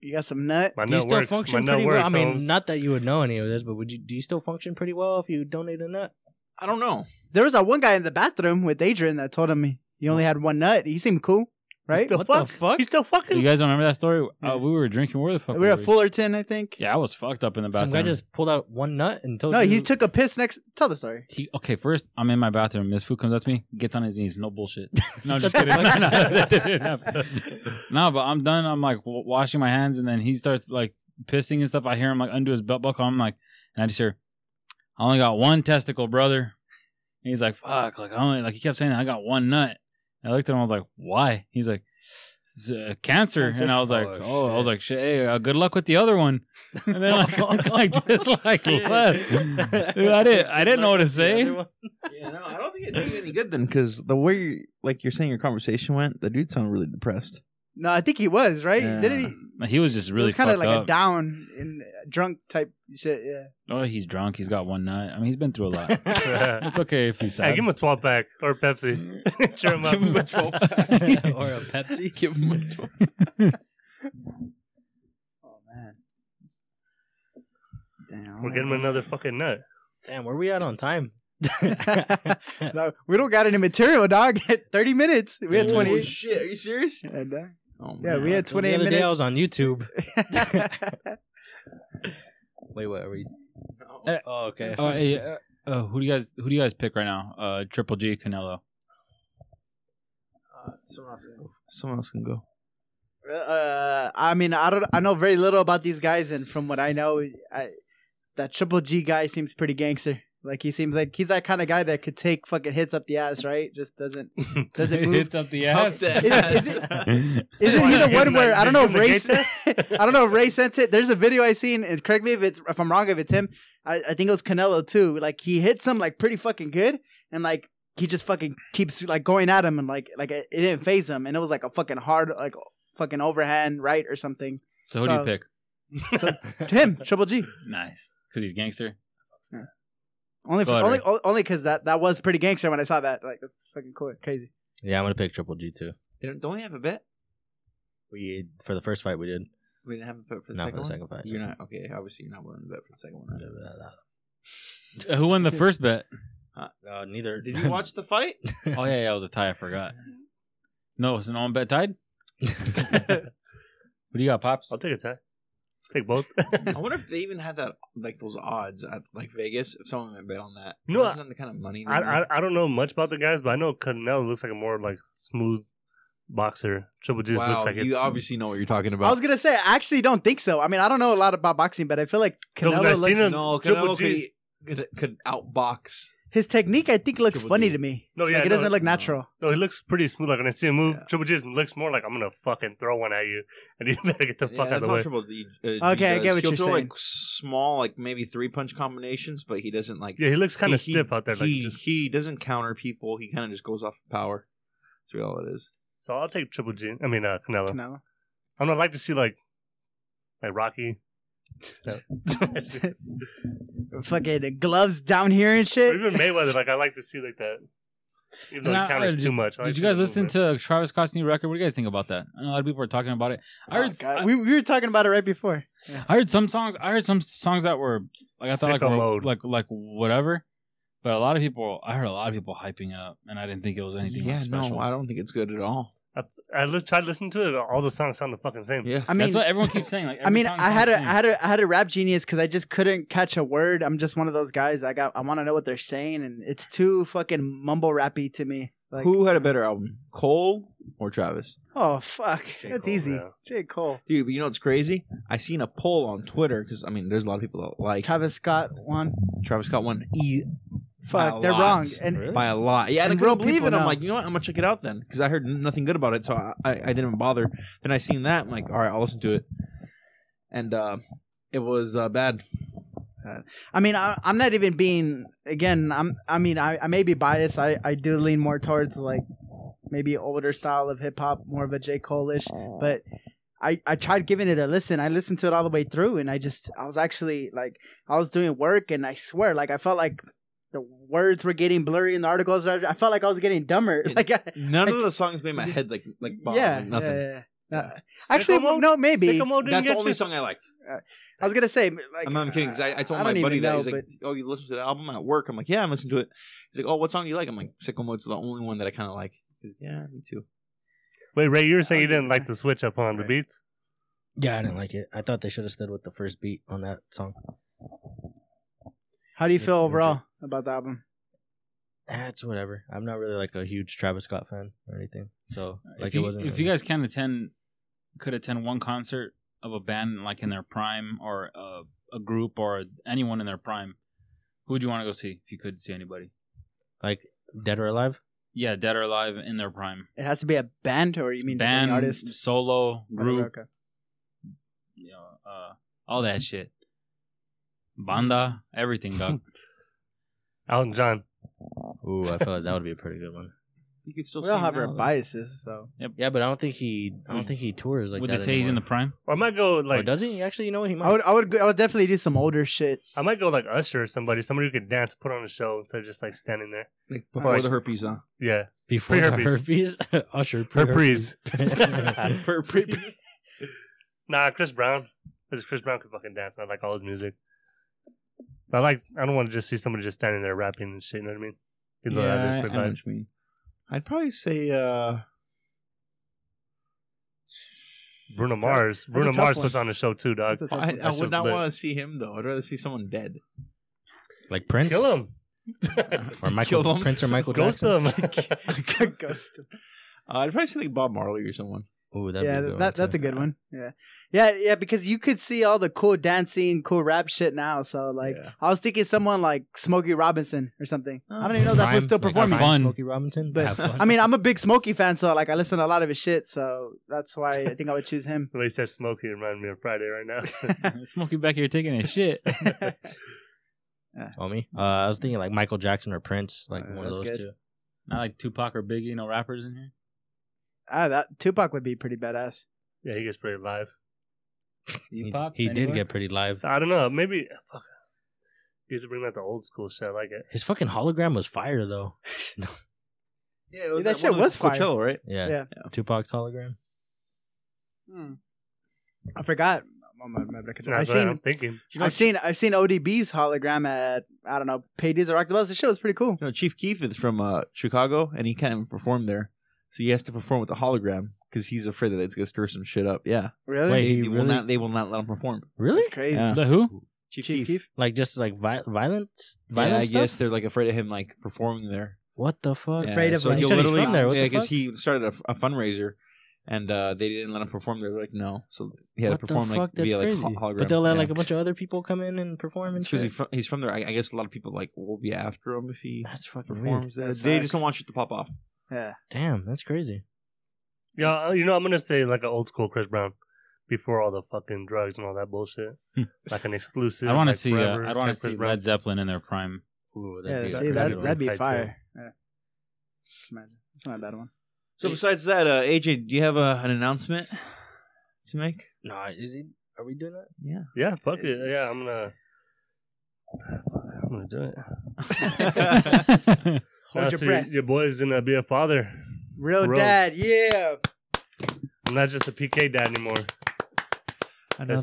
you got some nut. My do you nut still works. My function nut pretty works. well? I mean, so- not that you would know any of this, but would you? Do you still function pretty well if you donate a nut? I don't know. There was that one guy in the bathroom with Adrian that told him he only had one nut. He seemed cool, right? What the fuck? He's still You fucking. guys remember that story? Yeah. Uh, we were drinking. Where the fuck? We were at we? Fullerton, I think. Yeah, I was fucked up in the Some bathroom. guy just pulled out one nut and told No, you. he took a piss next. Tell the story. He okay. First, I'm in my bathroom. Miss Fu comes up to me, gets on his knees. No bullshit. No, I'm just kidding. no, that didn't happen. No, but I'm done. I'm like w- washing my hands, and then he starts like pissing and stuff. I hear him like undo his belt buckle. I'm like, and I just hear, I only got one testicle, brother. And he's like, fuck. Like I only like he kept saying, I got one nut. And I looked at him. I was like, why? He's like. "It's, uh, cancer. Cancer? and I was like, Oh, oh, I was like, shit, hey, uh, good luck with the other one. And then like, I just like left. Dude, I didn't, I didn't know what to eh? say. Yeah, no, I don't think it did you any good then, because the way you like you're saying your conversation went, the dude sounded really depressed. No, I think he was right. Yeah. Didn't he? He was just it really was kind of fucked like up. a down and drunk type shit. Yeah. oh, he's drunk. He's got one nut. I mean, he's been through a lot. it's okay if he's Hey, sad. give him a twelve pack or a Pepsi. Cheer him up. Give him a 12 or a Pepsi. Give him a 12. Oh man. Damn. We'll get him another fucking nut. Damn, where we at on time? no, we don't got any material, dog. At 30 minutes, we had Dude. Oh 28. shit, are you serious? And, uh, Oh, yeah, we had the 28 other day I minutes. was on YouTube. Wait, what are we? Eh. Oh, okay. Oh, hey, uh, uh, who do you guys who do you guys pick right now? Uh, Triple G, Canelo. someone else can go. Someone else can go. Uh, I mean, I don't. I know very little about these guys, and from what I know, I, that Triple G guy seems pretty gangster. Like he seems like he's that kind of guy that could take fucking hits up the ass, right? Just doesn't doesn't move. Oh, Hits up the ass. Up Is, the ass. is it, isn't he the one where I don't know if Ray I don't know if Ray sent it. There's a video I seen, and correct me if it's if I'm wrong. If it's him, I, I think it was Canelo too. Like he hits him like pretty fucking good, and like he just fucking keeps like going at him, and like like it, it didn't phase him, and it was like a fucking hard like fucking overhand right or something. So who do So- you pick? To him, Triple G. Nice, because he's gangster. Only for, Go ahead, only o- only because that that was pretty gangster when I saw that. Like that's fucking cool, crazy. Yeah, I'm gonna pick Triple G too. They don't, don't we have a bet? We for the first fight we did, We didn't have a bet for the not for second the one. second fight. You're not okay. Obviously, you're not willing to bet for the second one. huh? Uh, Who won the first bet? No, Uh, neither. Did you watch the fight? Oh yeah, yeah, it was a tie. I forgot. No, it's an on bet tied. I'll What do you got, pops? I'll take a tie. Take both. I wonder if they even had that like those odds at like Vegas. If someone would bet on that, You know, Imagine the kind of money. they I, make. I I don't know much about the guys, but I know Canelo looks like a more like smooth boxer. Triple G just wow, looks like you it. obviously know what you're talking I about. was gonna say, I actually don't think so. I mean, I don't know a lot about boxing, but I feel like No, 'cause Canelo I've seen looks him- no, Triple Canelo could, G. could could outbox. his technique. I think looks Triple funny G. to me. No, yeah, like it no, doesn't look no. natural. No, he looks pretty smooth. Like when I see him move, Yeah. Triple G looks more like I'm gonna fucking throw one at you, and you better get the Yeah, fuck that's out of the how way. Triple D. Uh, G Okay, I get does. what He'll you're throw, saying. Like small, like maybe three punch combinations, but he doesn't like. Yeah, he looks kind of he- stiff out there. Like He just, he doesn't counter people. He kind of just goes off power. That's really all it is. so I'll take Triple G. I mean uh, Canelo. Canelo. I'm gonna like to see like like Rocky. Fucking gloves down here and Or shit. even Mayweather, like I like to see like that. Even though And he I- counters uh, too much. I Did like to you see guys the listen movement. to Travis Scott's new record? What do you guys think about that? I know a lot of people are talking about it. I Oh, heard, God. I, we, we were talking about it right before. I heard some songs. I heard some songs that were like I thought like Sicko were- mode. like like whatever. But a lot of people, I heard a lot of people hyping up, and I didn't think it was anything. yeah, like special. no, I don't think it's good at all. I li- tried listening to it. All the songs sound the fucking same. Yeah, I mean, That's what everyone keeps saying. Like, I mean, I had a, a, I had a, I had a rap genius because I just couldn't catch a word. I'm just one of those guys. I got, I want to know what they're saying, and it's too fucking mumble rappy to me. Like, who had a better album, Cole or Travis? Oh fuck, that's Cole, easy. yeah. J Cole, Dude, but you know what's crazy? I seen a poll on Twitter because I mean, there's a lot of people that like Travis Scott one. Travis Scott one e Fuck, by a they're lot. wrong. And by a lot. Yeah, and, And I real couldn't believe people it. I'm know. like, you know what? I'm gonna check it out then because I heard nothing good about it, so I, I, I didn't even bother. Then I seen that. I'm like, all right, I'll listen to it, and uh, it was uh, bad. I mean, I, I'm not even being again. I'm. I mean, I, I may be biased. I, I do lean more towards like maybe older style of hip hop, more of a J Cole ish. But I I tried giving it a listen. I listened to it all the way through, and I just I was actually like I was doing work, and I swear, like I felt like the words were getting blurry in the articles. I I felt like I was getting dumber. It- Like, I, None of Like- the songs made my head like like bomb, yeah, like nothing. yeah, yeah, yeah. Uh, Sicko Actually, Mode? no, maybe. Sicko Mode Oh, didn't That's the get only you? song I liked. I was gonna say, like, I'm not even kidding. Cause I, I told my don't buddy even that know, he's like, "Oh, you listen to the album at work?" I'm like, "Yeah, I'm listening to it." He's like, "Oh, what song do you like?" I'm like, "Sickle Mode's the only one that I kind of like." He's like, "Yeah, me too." Wait, Ray, you were saying you didn't like the switch up on the beats? yeah, I didn't like it. I thought they should have stood with the first beat on that song. how do you feel Yeah, overall about the album? That's whatever. I'm not really like a huge Travis Scott fan or anything. So like if it you, wasn't. if you guys can attend, could attend one concert of a band like in their prime, or a, a group, or anyone in their prime, who would you want to go see if you could see anybody? like Dead or Alive. Yeah, dead or alive in their prime, It has to be a band, or you mean just band, an artist? solo, group, Okay. you know, uh, all that shit, banda, everything, dog. Elton John. Ooh, I feel like that would be a pretty good one. You could still We all sing have our now, though. biases, so Yeah, but I don't think he. I don't Would- think he tours like would that. they say he's in the prime? Or I might go Like, like does he actually? You know what he might. I would, I would, go- I would definitely do some older shit. I might go like Usher or somebody, somebody who could dance, put on a show instead of just like standing there. Like before Like- the herpes, huh? Yeah, before Pre-herpes. the herpes. Usher herpes. pre-herpes. herpes. Nah, Chris Brown, because Chris Brown could fucking dance. and I like all his music. I like. I don't want to just see somebody just standing there rapping and shit. You know what I mean? Give the yeah, others I, good I know vibes. what you mean. I'd probably say uh, Bruno That's a tough- Mars. that's a Bruno tough Mars one. puts on a show too, dog. That's a tough I, one. I That's would so not lit. want to see him though. I'd rather see someone dead. like Prince Kill him. or Michael Kill him. Prince or Michael Ghost Jackson. him. Ghost. Uh, I'd probably say like Bob Marley or someone. Ooh, that'd Yeah, be a good that, that's a too. good one. Yeah, yeah, yeah. Because you could see all the cool dancing, cool rap shit now. So like, Yeah. I was thinking someone like Smokey Robinson or something. I don't even know if that Prime- fool's still like, performing. Prime Fun. Smokey Robinson. But- Have fun. I mean, I'm a big Smokey fan, so like, I listen to a lot of his shit. So that's why I think I would choose him. The way he said Smokey reminded me of Friday right now. Smokey back here taking his shit. Homie. Uh, I was thinking like Michael Jackson or Prince, like Uh, one of that's those good. two. Not like Tupac or Biggie, no rappers in here. ah, that Tupac would be pretty badass. yeah, he gets pretty live. He, Tupac, he did anyone? get pretty live. I don't know. Maybe fuck. He used to bring back the old school shit. I like it. His fucking hologram was fire though. Yeah, it was That at shit one of the was fire. Coachella, right? Yeah. Yeah. Tupac's hologram. I forgot. Oh, my- my bad. That's I've what I'm seen, thinking. I've seen, I've seen ODB's hologram at I don't know, Paydays or Rock the Bus. The shit was pretty cool. You know, Chief Keef is from uh, Chicago, and he can't even perform there, so he has to perform with a hologram because he's afraid that it's gonna stir some shit up. Yeah, Really? Wait, they, he they will really- not. They will not let him perform. Really? That's crazy. Yeah. The who? Chief, Chief Keef. Keef? Like just like vi- violence, violent Yeah, I stuff. guess they're like afraid of him like performing there. What the fuck? Yeah, Afraid of, so like- he'll He said he's literally from there, what yeah, the because fuck? he started a, a fundraiser, and uh, they didn't let him perform. They're like, no, so he had what to perform the fuck? like That's via like crazy. ho- hologram. But they'll let yeah. like a bunch of other people come in and perform and because shit. he's from, he's from there. I, I guess a lot of people like will be after him if he That's fucking weird. performs. That. That They sucks. just don't want shit to pop off. Yeah. Damn, that's crazy. Yeah, uh, you know, I'm gonna say like an old school Chris Brown before all the fucking drugs and all that bullshit. Hmm. like an exclusive. I want to like, see. Uh, forever I want to type see Chris Brown. Led Zeppelin in their prime. Ooh, Yeah, be see like that really that'd be tight, too. fire. Yeah. Imagine. That's not a bad one. So besides that, uh, AJ, do you have uh, an announcement to make? Nah, is he? Are we doing that? Yeah. Yeah, fuck it. Yeah, I'm gonna. I'm gonna do it. Hold Uh, your so breath. Your, your boy's gonna be a father. Real Gross. dad, yeah. I'm not just a PK dad anymore. That's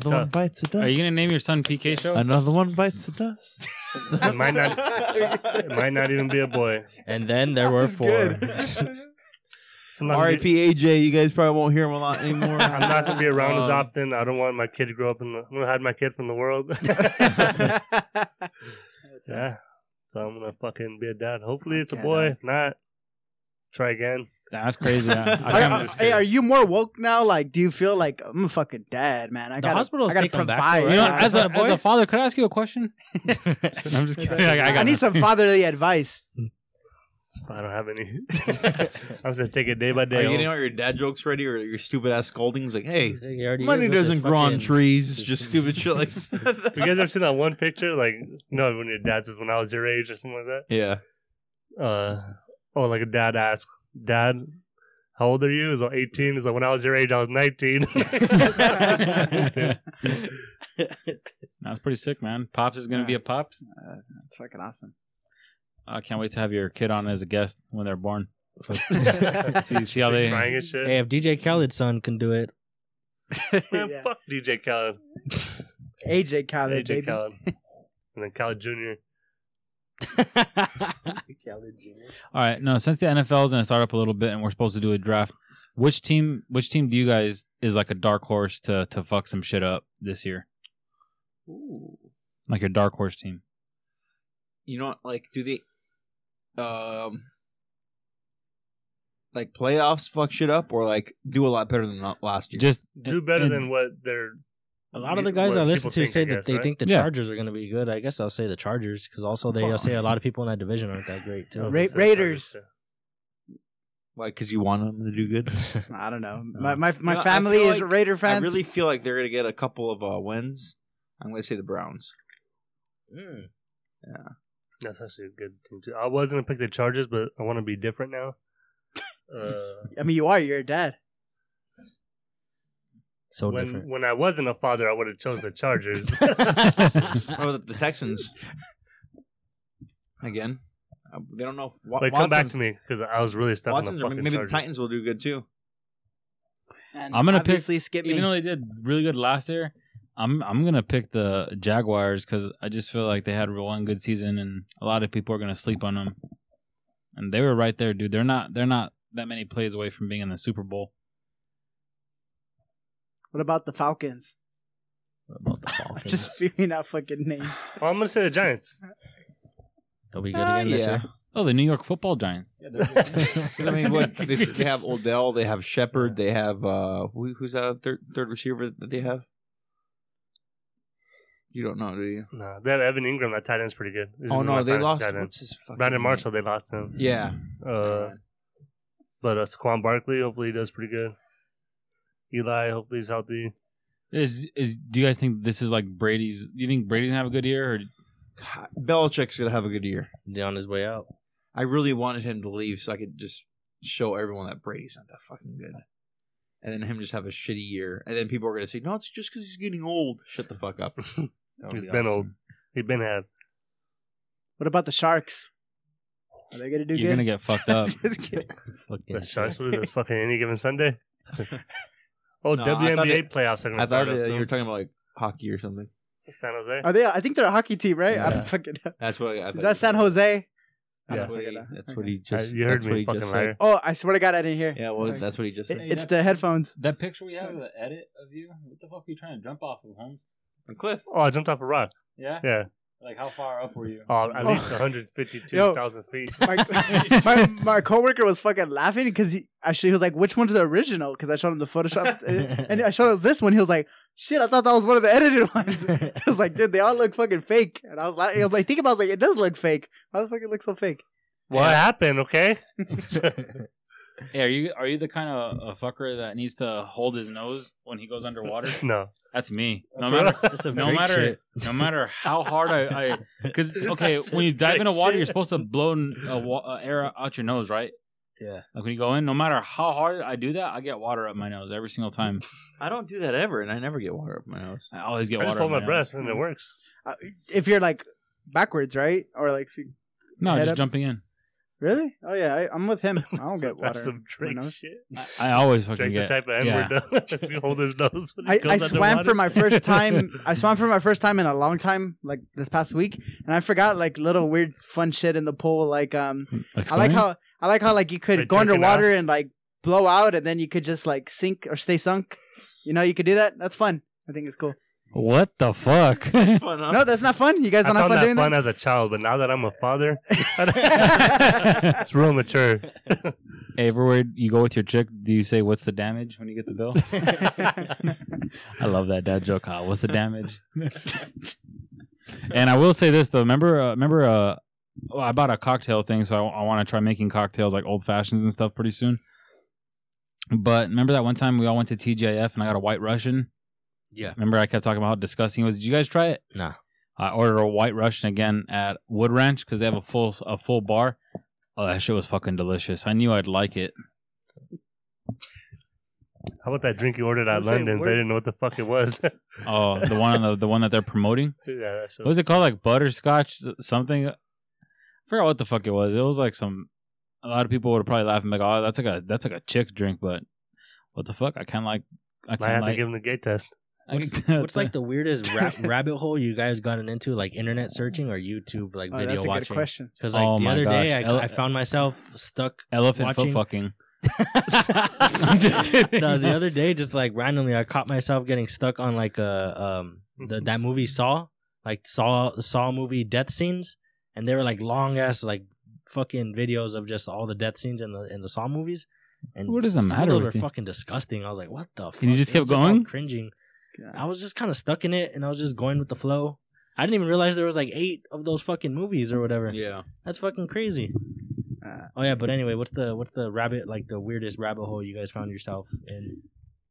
Another tough. one bites the dust. Are you gonna name your son PK Show? Another one bites the dust. It might not. it might not even be a boy. And then there were That's four. good. So I'm not gonna be- R.I.P. AJ. You guys probably won't hear him a lot anymore. I'm not gonna be around as Um, often. I don't want my kid to grow up in the. I'm gonna hide my kid from the world. yeah. So I'm gonna fucking be a dad. Hopefully it's a Yeah, boy. no. If not, try again. That's crazy. I, Are- I are- can't- hey, are you more woke now? Like, do you feel like I'm a fucking dad, man? I The gotta, hospitals I gotta take 'em back, provide. though, you know, Yeah. as a, Boy? as a father, could I ask you a question? I'm just kidding. I, I, got need some fatherly advice. I don't have any. I'm just gonna take it day by Are day. you getting all your dad jokes ready or your stupid ass scoldings? Like, hey, He already money is with doesn't his grow on fucking- trees. It's just stupid shit like you guys ever seen that one picture? Like, no, when your dad says when I was your age or something like Yeah. that. Uh, oh, like a dad asks, Dad, how old are you? He's like 18. He's like, when I was your age, I was 19. That's pretty sick, man. Pops is gonna be a pops. That's fucking awesome. I can't wait to have your kid on as a guest when they're born. see, see how they. Crying and shit. Hey, if DJ Khaled's son can do it, Man, Yeah. fuck DJ Khaled. AJ AJ Khaled, baby. Khaled. And then Khaled Jr. All right, no. Since the NFL's gonna start up a little bit, and we're supposed to do a draft, which team? Which team do you guys is like a dark horse to to fuck some shit up this year? Like your dark horse team. You know, like, do they, um, like playoffs fuck shit up or like do a lot better than la- last year? Just Do better and- than what they're. a lot of the What guys I people listen to think, say I that guess, they right? think the Yeah. Chargers are going to be good. I guess I'll say the Chargers because also they say a lot of people in that division aren't that great I too. was Ra- gonna say Raiders. Chargers, like, because you want them to do good. I don't know. My my, my No, I family feel is like- Raider I fans. really feel like they're gonna get a couple of uh, wins. I'm gonna say the Browns. Hmm. too. That's actually a good team too. I was gonna pick the Chargers, but I want to be different now. Uh, I mean, you are. You're a dad. So when different. when I wasn't a father, I would have chose the Oh, Chargers. the, the Texans again. Uh, they don't know. If Wa- But come back to me because I was really stuck Watson's, or on the fucking maybe Chargers. the Titans will do good too. And I'm gonna pick- obviously skip me. even though they did really good last year, I'm I'm gonna pick the Jaguars because I just feel like they had one good season, and a lot of people are gonna sleep on them. And they were right there, dude. They're not they're not that many plays away from being in the Super Bowl. what about the Falcons? About the Falcons. Just spewing out fucking names. Well, I'm gonna say the Giants. They'll Uh, be good Ah, again this year. Oh, the New York Football Giants. I mean, what they, they have Odell, they have Shepard, they have uh, who, who's that third third receiver that they have? You don't know, do you? No, they have Evan Ingram. That tight end's pretty good. He's oh gonna be my no, they fantasy lost. tight end. What's his fucking Brandon name? Marshall. They lost him. Yeah, Uh, but uh, Saquon Barkley, hopefully, he does pretty good. Eli, hopefully, he's healthy. Is is do you guys think this is like Brady's? Do you think Brady's gonna have a good year? Or God, Belichick's gonna have a good year. They're on his way out. I really wanted him to leave so I could just show everyone that Brady's not that fucking good. And then him just have a shitty year. And then people are going to say, no, it's just because he's getting old. Shut the fuck up. He's been old. He's been had. What about the Sharks? Are they gonna do You're good? gonna get fucked up. Just kidding. Fucking The Sharks lose this fucking any given Sunday. oh, No, I thought WNBA it- playoffs are going I to thought start up that you soon. were talking about like hockey or something. San Jose. Are they? I think they're a hockey team, right? I Yeah. don't fucking know. That's what I Is that San Jose? That's, Yeah. what, he, that's what he I- just. Uh, you heard that's what me, he fucking just said. liar. Oh, I swear to God, I didn't hear. Yeah, well, Okay. that's what he just It- said. it's the headphones. That picture we have of the edit of you, what the fuck are you trying to jump off of, Holmes? Cliff. Oh, I jumped off a rock. Yeah? Yeah. Like, how far up were you? Oh, at Oh. least 152,000 feet. My, my my coworker was fucking laughing because he actually he was like, "Which one's the original?" Because I showed him the Photoshop, and I showed him this one. He was like, "Shit, I thought that was one of the edited ones." I was like, "Dude, they all look fucking fake." And I was like, "I was like, think about it, I was like, it does look fake. Why the fuck it looks so fake?" What happened, okay? Hey, are you are you the kind of a fucker that needs to hold his nose when he goes underwater? No. That's me. No That's matter what- That's some no Drake matter shit. no matter how hard I, I Because okay, when you dive into water, you're supposed to blow n- uh, wa- uh, air out your nose, right? Yeah. Like when you go in, no matter how hard I do that, I get water up my nose every single time. I don't do that ever, and I never get water up my nose. I always get I water. Hmm. just hold up my breath nose. and it works. Uh, if you're like backwards, right, or like if you, No, Head just up. jumping in. really? Oh yeah, I, I'm with him. I don't get That's water. some Drake My nose. shit. I, I always fucking Drake's the get. type of N yeah. word though. If you hold his nose when he I, goes I swam underwater. for my first time. I swam for my first time in a long time, like this past week, and I forgot like little weird fun shit in the pool. Like um, Like I like swimming? how I like how like you could Like go jerking underwater and like blow out, and then you could just like sink or stay sunk. You know, you could do that. That's fun. I think it's cool. What the fuck? Fun, huh? No, that's not fun. You guys I don't have found fun that doing fun that. as a child, but now that I'm a father, that? it's real mature. Everywhere you go with your chick, do you say what's the damage when you get the bill? I love that dad joke. Huh? What's the damage? and I will say this though. Remember, uh, remember, uh, oh, I bought a cocktail thing, so I, want to try making cocktails like old fashions and stuff pretty soon. But remember that one time we all went to TGIF and I got a White Russian. Yeah. Remember, I kept talking about how disgusting it was. Did you guys try it? Nah. I ordered a White Russian again at Wood Ranch because they have a full a full bar. Oh, that shit was fucking delicious. I knew I'd like it. How about that drink you ordered at Let's say London's? I we're- didn't know what the fuck it was. yeah, Oh, the one on the the one that they're promoting. that's What was it called? Like butterscotch s- something. I forgot what the fuck it was. It was like some. A lot of people would probably laugh and be like, "Oh, that's like a that's like a chick drink," but what the fuck? I kind of like. I Might kind have of to like. give him the gate test. I What's, can- what's like the weirdest ra- rabbit hole you guys gotten into, like internet searching or YouTube, like Oh, video that's a good watching? question. Because like Oh the my other day, gosh. I, Ele- I found myself stuck. elephant watching- foot fucking? I'm just kidding. No, the other day, just like randomly, I caught myself getting stuck on like a um Mm-hmm. the, that movie Saw, like Saw the Saw movie death scenes, and they were like long ass like fucking videos of just all the death scenes in the in the Saw movies. And What does it some of matter those with were you? fucking disgusting. I was like, what the? fuck? you just It kept was all going? cringing. God. I was just kind of stuck in it, and I was just going with the flow. I didn't even realize there was like eight of those fucking movies or whatever. Yeah. That's fucking crazy. Uh, oh yeah, but anyway, what's the what's the rabbit like the weirdest rabbit hole you guys found yourself in,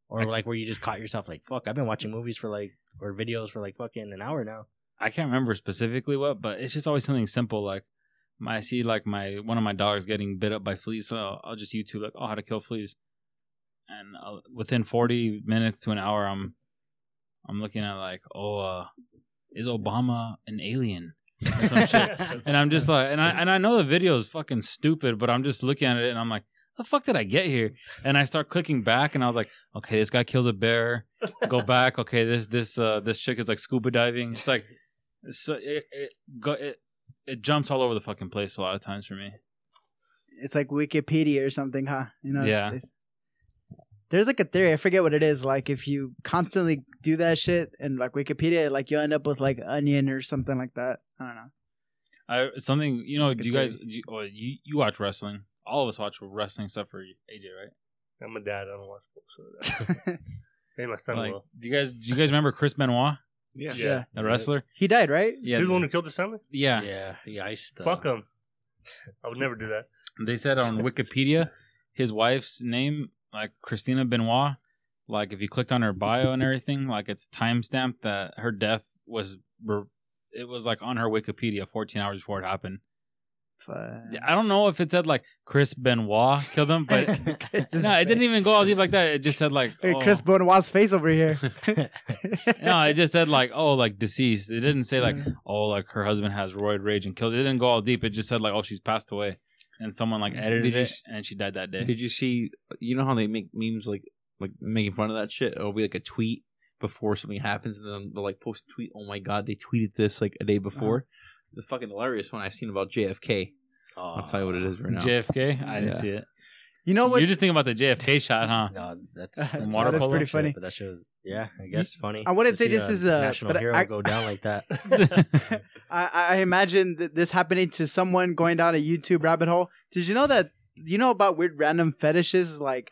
or like where you just caught yourself like fuck? I've been watching movies for like or videos for like fucking an hour now. I can't remember specifically what, but it's just always something simple. Like my, I see like my one of my dogs getting bit up by fleas, so I'll, I'll just YouTube like, oh, how to kill fleas, and I'll, within forty minutes to an hour, I'm I'm looking at like, oh, uh, is Obama an alien? Some shit. And I'm just like, and I and I know the video is fucking stupid, but I'm just looking at it and I'm like, the fuck did I get here? And I start clicking back, and I was like, okay, this guy kills a bear. Go back. Okay, this this uh, this chick is like scuba diving. It's like, it's so it it, go, it it jumps all over the fucking place a lot of times for me. it's like Wikipedia or something, huh? You know, Yeah. it's- There's like a theory, I forget what it is. Like if you constantly do that shit and like Wikipedia, like you end up with like onion or something like that. I don't know. I something you know. Like a Do you guys? Do you, oh, you you watch wrestling? All of us watch wrestling except for AJ, right? I'm a dad. I don't watch bullshit. Hey, my son Like, will. do you guys? Do you guys remember Chris Benoit, Yeah. Yeah. the wrestler? He died, right? Yeah, He's the one who killed his family? yeah. yeah, yeah I stuck. Fuck him. I would never do that. They said on Wikipedia his wife's name, like Christina Benoit, like if you clicked on her bio and everything, like it's timestamped that her death was re- it was like on her Wikipedia 14 hours before it happened. Fuck. I don't know if it said like Chris Benoit killed him, but no, it didn't even go all deep like that. It just said like Hey, oh. Chris Benoit's face over here. No, it just said like oh like deceased. It didn't say like oh like her husband has roid rage and killed. It didn't go all deep. It just said like oh she's passed away. and someone like edited Did you it, s- and she died that day. Did you see? You know how they make memes like like making fun of that shit. It'll be like a tweet before something happens, and then they'll like post a tweet. Oh my god, they tweeted this like Uh-huh. a day before. The fucking hilarious one I seen about JFK. I'll tell you what it is right now. JFK? I didn't Yeah. see it. You know what? You're just thinking about the JFK shot, huh? No, that's That's- some that's water polo pretty shit, funny. But that should, yeah, I guess funny. I wouldn't to say see this is a- national but I- hero I- go down like that. I, I imagine th- this happening to someone going down a YouTube rabbit hole. Did you know that? You know about weird random fetishes? Like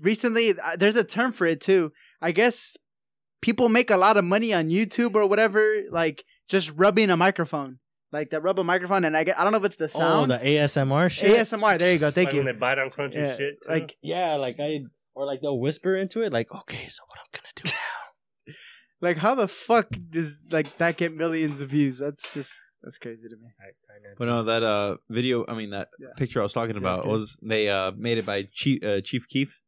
recently, uh, there's a term for it too. I guess people make a lot of money on YouTube or whatever, like just rubbing a microphone. Like they rub a microphone, and I get, I don't know if it's the Oh, sound. the ASMR shit. ASMR. There you go. Thank like you. When they bite on crunchy Yeah, shit. Too. like yeah, like I or like they'll whisper into it, like, okay, so what I'm gonna do? like how the fuck does like that get millions of views? That's just that's crazy to me. But no, that uh video, I mean that Yeah. picture I was talking about JFK. was they uh made it by Chief uh, Chief Keef,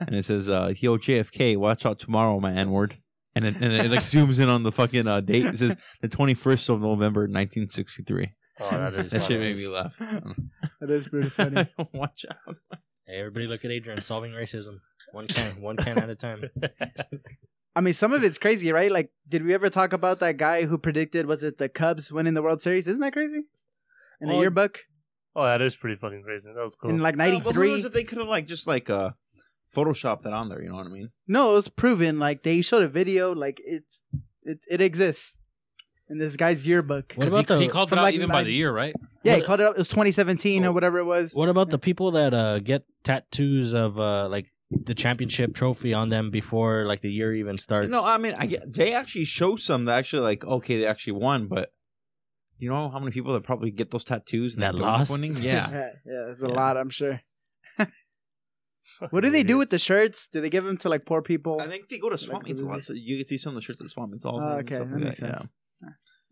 and it says uh Yo JFK, watch out tomorrow, my N word, and it, and it like zooms in on the fucking uh, date. It says the twenty first of November, nineteen sixty three. oh, that, is That shit funny. made me laugh. That is pretty funny. watch out. Hey, everybody, look at Adrian solving racism. One can, one can at a time. I mean, some of it's crazy, right? Like, did we ever talk about that guy who predicted was it the Cubs winning the World Series? Isn't that crazy? In a Well, yearbook Oh, that is pretty fucking crazy. That oh. was cool. in like No, but who knows '93. if they could have like just like uh photoshopped that on there? You know what I mean? No, it was proven. Like they showed a video. Like it's it it exists in this guy's yearbook. What 'Cause about he, the- he called it from out like even by nine- the year, Oh. right? Yeah, he what- called it up. It was 2017 or whatever it was. What about the people that uh, get tattoos of uh, like the championship trophy on them before like the year even starts? No, I mean, I get, they actually show some that actually like okay, they actually won, but you know how many people that probably get those tattoos and That they don't lost? winning? Yeah, yeah, yeah, it's a Yeah. lot. I'm sure. What do they do with the shirts? Do they give them to like poor people? I think they go to swap Like, meets a lot, so you can see some of the shirts at swap meets all. Oh, over and okay, stuff that like makes Yeah. sense.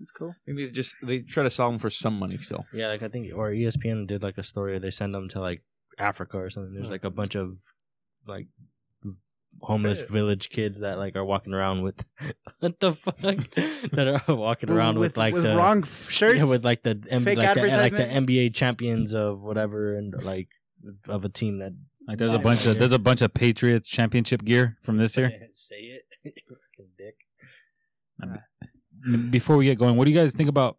It's cool. I think they just they try to sell them for some money still. Yeah, like I think or E ESPN did like a story. They send them to like Africa or something. There's like a bunch of like homeless Shit. village kids that like are walking around with what the fuck that are walking around with, like with the wrong f- shirts. yeah with like the M- Fake like, the like the advertisement? NBA champions of whatever and like of a team that Like there's a Yeah. bunch of there's a bunch of Patriots championship gear from this year. say it dick. Before we get going, what do you guys think about?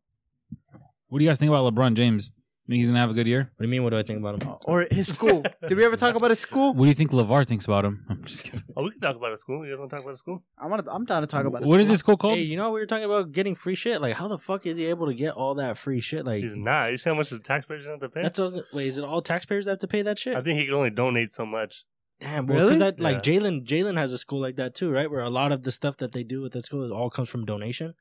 What do you guys think about LeBron James? Think he's gonna have a good year? What do you mean? What do I think about him? or his school. Did we ever talk about his school? What do you think Levar thinks about him? I'm just kidding. Oh, we can talk about a school. You guys want to talk about a school? I want. to. I'm down to talk about. his What is school. this school called? Hey, you know we were talking about getting free shit. Like, how the fuck is he able to get all that free shit? Like, He's not. You see how much the taxpayers have to pay? That's what I was, wait, is it all taxpayers that have to pay that shit? I think he can only donate so much. Damn, well, 'cause Really? That, Like Jalen, Jalen has a school like that too, right? Where a lot of the stuff that they do with that school is all comes from donation.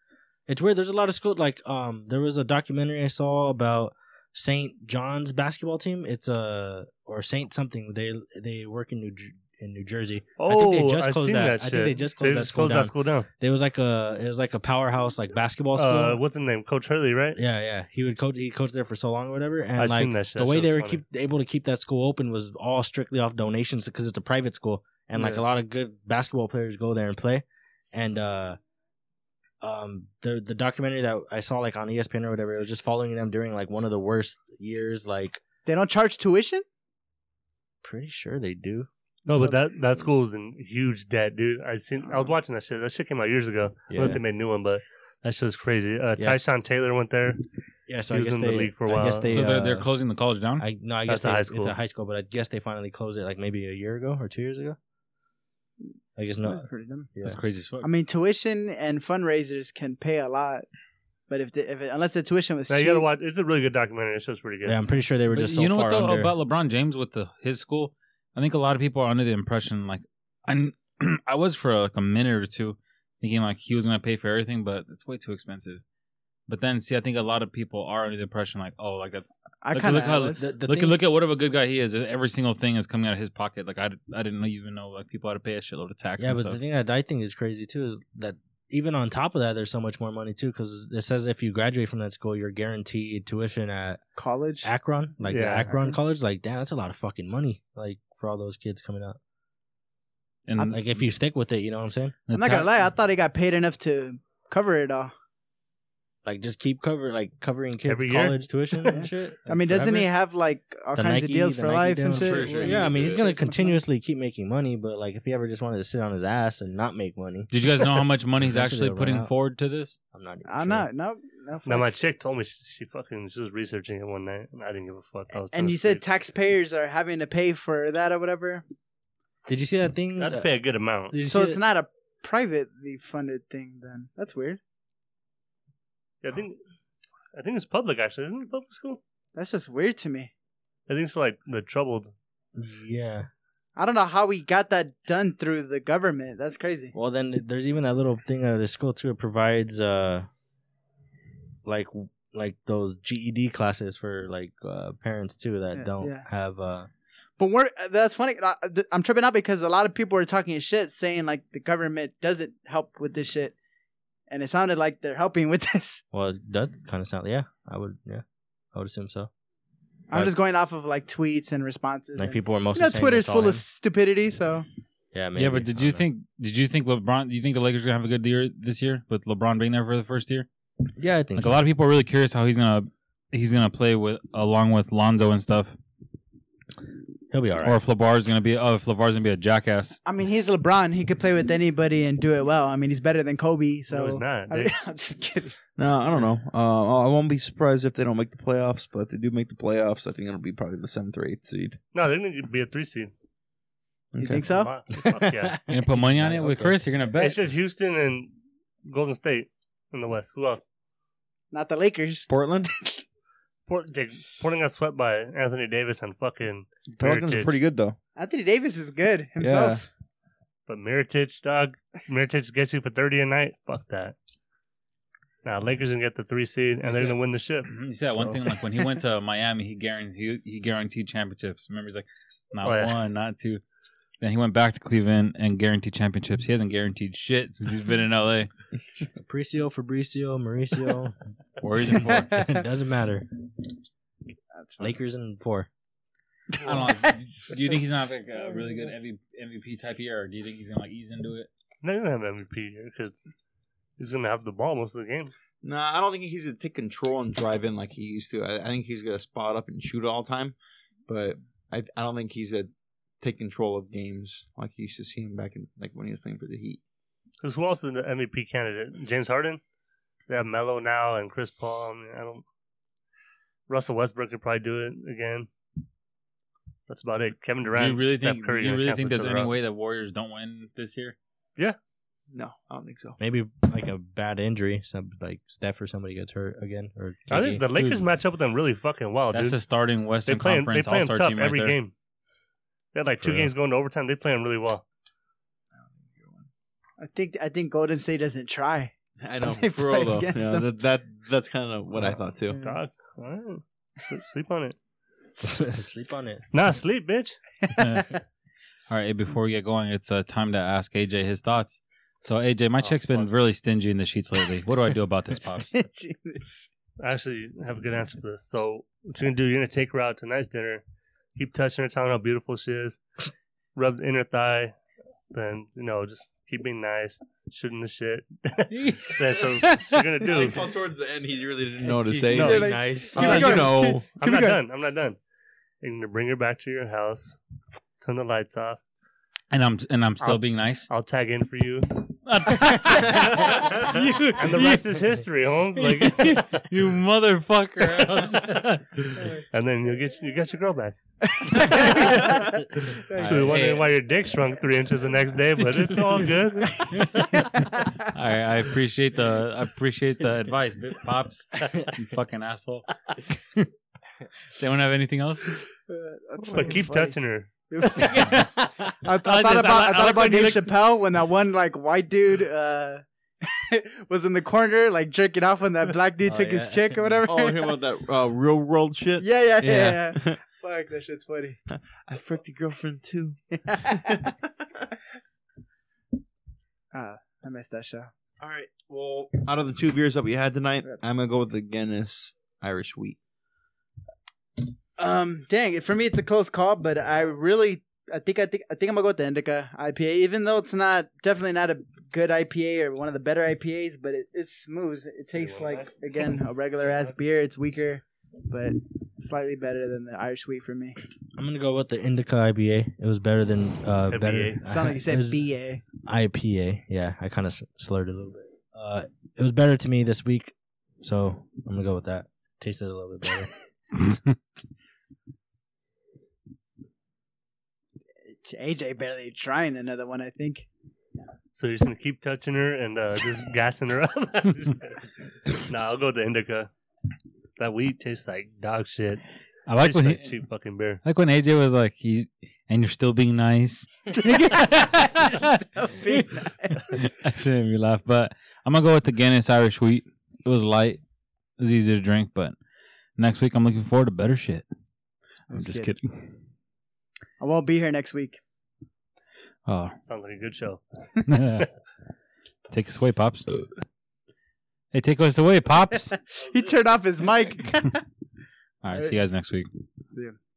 It's weird. There's a lot of schools like um, there was a documentary I saw about Saint John's basketball team. It's a or Saint something. They they work in New Jer- in New Jersey. Oh, think they just I've closed seen that. I that. think shit. they just closed that school down. down. There was like a it was like a powerhouse like basketball school. Uh, what's his name? Coach Hurley, right? yeah, yeah. He would coach. He coached there for so long or whatever. And I've like seen that shit. the That way shit they was were funny. keep able to keep that school open was all strictly off donations because it's a private school and like Yeah. a lot of good basketball players go there and play and uh um the the documentary that I saw like on E ESPN or whatever it was just following them during like one of the worst years like They don't charge tuition. pretty sure they do No, but that that school was in huge debt, dude. I seen. Oh. I was watching that shit. That shit came out years ago. Unless they made a new one, but that shit was crazy. Uh, Yeah. Tyshawn Taylor went there. yeah so He I was guess in they the league for a I guess while. they so they're, they're uh, closing the college down. I no I That's guess a they, high it's school. a high school but I guess they finally closed it like maybe a year ago or two years ago I guess no That's crazy as fuck. I mean, tuition and fundraisers can pay a lot, but if the if it, unless the tuition was Now cheap, you gotta watch. It's a really good documentary. It's just pretty good. yeah I'm pretty sure they were But just so you know far what though under. about LeBron James with the his school? I think a lot of people are under the impression like I I was for like a minute or two thinking like he was gonna pay for everything, but it's way too expensive. But then see, I think a lot of people are under the impression like, oh, like that's I look- kind look how- of The- the look thing- look at what of a good guy he is. e-, Every single thing is coming out of his pocket. Like I, I didn't even know like people had to pay a shitload of tax. Yeah, and but stuff. the thing that I think is crazy too is that even on top of that, there's so much more money too because it says if you graduate from that school, you're guaranteed tuition at college. Akron, like Yeah. Akron College. Like, damn, that's a lot of fucking money, like for all those kids coming out. and Like, if you stick with it, you know what I'm saying? the I'm not tax- gonna lie, I thought he got paid enough to cover it all. Like just keep cover like covering kids' Every year? college tuition and shit. I mean, doesn't he have like all The kinds Nike- of deals the for Nike life and deal. shit? Sure, sure. yeah, I mean, he's gonna Sometimes. continuously keep making money, but like if he ever just wanted to sit on his ass and not make money, Did you guys know how much money he's Eventually actually they'll run putting out. forward to this? I'm not. Even I'm sure. not. No. no Now fuck. my chick told me she, she fucking she was researching it one night, and I didn't give a fuck. I was and you said taxpayers are having to pay for that or whatever. Did you see that thing? I'd pay a good amount. Did you So see it's that- not a privately funded thing then. That's weird. I think I think it's public actually, isn't it public school? That's just weird to me. I think it's for like the troubled. Yeah. I don't know how we got that done through the government. That's crazy. Well, then there's even that little thing out of the school too. It provides uh, like like those GED classes for like uh, parents too that Yeah, don't yeah. have uh. But we're that's funny. I- th- I'm tripping out because a lot of people are talking shit, saying like the government doesn't help with this shit, and it sounded like they're helping with this. Well, that's kind of sound. Yeah, I would. Yeah, I would assume so. I'm Right. just going off of like tweets and responses. Like and, people are you mostly. know, saying Twitter's that's full all him. of stupidity. So Yeah, maybe. Yeah, but I did don't you know. think? Did you think LeBron? Do you think the Lakers are gonna have a good year this year with LeBron being there for the first year? Yeah, I think Like so. a lot of people are really curious how he's gonna he's gonna play with along with Lonzo and stuff, he'll be all right. or if LeBar's gonna be oh if LeBar's gonna be a jackass. I mean, he's LeBron. He could play with anybody and do it well. I mean, he's better than Kobe. So So no, it's not. I dude. mean, I'm just kidding. No, I don't know. Uh, I won't be surprised if they don't make the playoffs, but if they do make the playoffs, I think it'll be probably the seventh or eighth seed. no, they're gonna be a three seed. You think so? My- fuck yeah. You gonna put money on it with Okay. Chris? You're gonna bet. It's just Houston and Golden State in the West. Who else? Not the Lakers. Portland? Port- dude, Portland got swept by Anthony Davis and fucking Portland's Miritich. pretty good, though. Anthony Davis is good himself. But Miritich, dog, Miritich gets you for thirty a night. Fuck that. Now Lakers gonna get the three seed and they're gonna win the ship. You said that one So- thing like when he went to Miami, he guaranteed he, he guaranteed championships. Remember, he's like not Oh, yeah. one, not two. Then he went back to Cleveland and guaranteed championships. He hasn't guaranteed shit since he's been in LA. Capricio, Fabricio, Mauricio. Warriors in four. it doesn't matter. That's funny. Lakers and four. I don't know. Do you think he's not like a really good MV- MVP type year, or do you think he's gonna like ease into it? They're gonna have MVP here because he's gonna have the ball most of the game. Nah, I don't think he's going to take control and drive in like he used to. I, I think he's going to spot up and shoot all the time, but I, I don't think he's going to take control of games like you used to see him back in like when he was playing for the Heat. Because who else is the MVP candidate? James Harden. They have Melo now and Chris Paul. I, mean, I don't. Russell Westbrook could probably do it again. That's about it. Kevin Durant. do you really Steph think? Curry do you gonna really think cancel each there's other any out. way the Warriors don't win this year? No, I don't think so. Maybe like a bad injury, some like Steph or somebody gets hurt again, or E I think the Dude, Lakers match up with them really fucking well, That's Oh, dude. the starting They Western play 'em- they Conference play All 'em Star tough team right every there. game. They had like two For real. games going to overtime. They play 'em really well. I think I think Golden State doesn't try. I know, know, They for for real, real play though. though. against Yeah, them. that, that's kind of what I thought too. Dog. All right. S- Sleep on it. sleep on it. Nah, sleep, bitch. All right, before we get going, it's uh, time to ask AJ his thoughts. So AJ, my Oh, chick's been fuck. really stingy in the sheets lately. What do I do about this, pops? Jesus. I actually have a good answer for this. So what you're gonna do? You're gonna take her out to nice dinner, keep touching her, telling her how beautiful she is, rub the inner thigh, then you know just keep being nice, shooting the shit. That's what you're gonna do. towards the end, he really didn't know what to say. No. He's Like, nice. keep it you going. know, I'm not Keep it going. done. I'm not done. You're gonna bring her back to your house, turn the lights off. and I'm and I'm still I'll- being nice. I'll tag in for you, you, and the rest is history, Holmes. Like, you motherfucker! and then you will get you get your girl back. She'll be Alright. wondering Hey. why your dick shrunk three inches the next day, but it's all good. All right, I appreciate the I appreciate the advice, Bit pops. You fucking asshole. Does anyone have anything else? That's But fucking keep funny. touching her. I, th- I I thought just- I about like- I, I thought like about when you Dave look- Chappelle when that one like white dude uh, was in the corner like jerking off when that black dude Oh, took his yeah. chick or whatever. oh, hear about that uh, real world shit. yeah, yeah, yeah, Yeah. yeah. Fuck, that shit's funny. I fricked your girlfriend too. Ah, I missed that show. All right. Well, out of the two beers that we had tonight, I'm gonna go with the Guinness Irish Wheat. Um, dang, for me it's a close call, but I really I think I think I think I'm gonna go with the Indica IPA, even though it's not definitely not a good IPA or one of the better IPAs, but it, it's smooth. It tastes like again a regular ass beer. It's weaker, but slightly better than the Irish wheat for me. I'm gonna go with the Indica IBA. It was better than uh, IBA. better. Sound like you it said was BA. IPA. Yeah, I kind of slurred a little bit. Uh, it was better to me this week, so I'm gonna go with that. Tasted a little bit better. AJ barely trying another one. I think. So you're just gonna keep touching her and uh, just gassing her up. nah, I'll go with the indica. That weed tastes like dog shit. I like Tastes when like he, cheap fucking beer. like when AJ was like, "You and you're still being nice." That'd be I shouldn't be laugh, but I'm gonna go with the Guinness Irish Wheat. It was light, it was easy to drink, but next week I'm looking forward to better shit. I'm That's just good. kidding. I won't be here next week. Oh, Sounds like a good show. take us away, pops. hey, take us away, pops. he turned off his mic. All right, see you guys next week. See ya.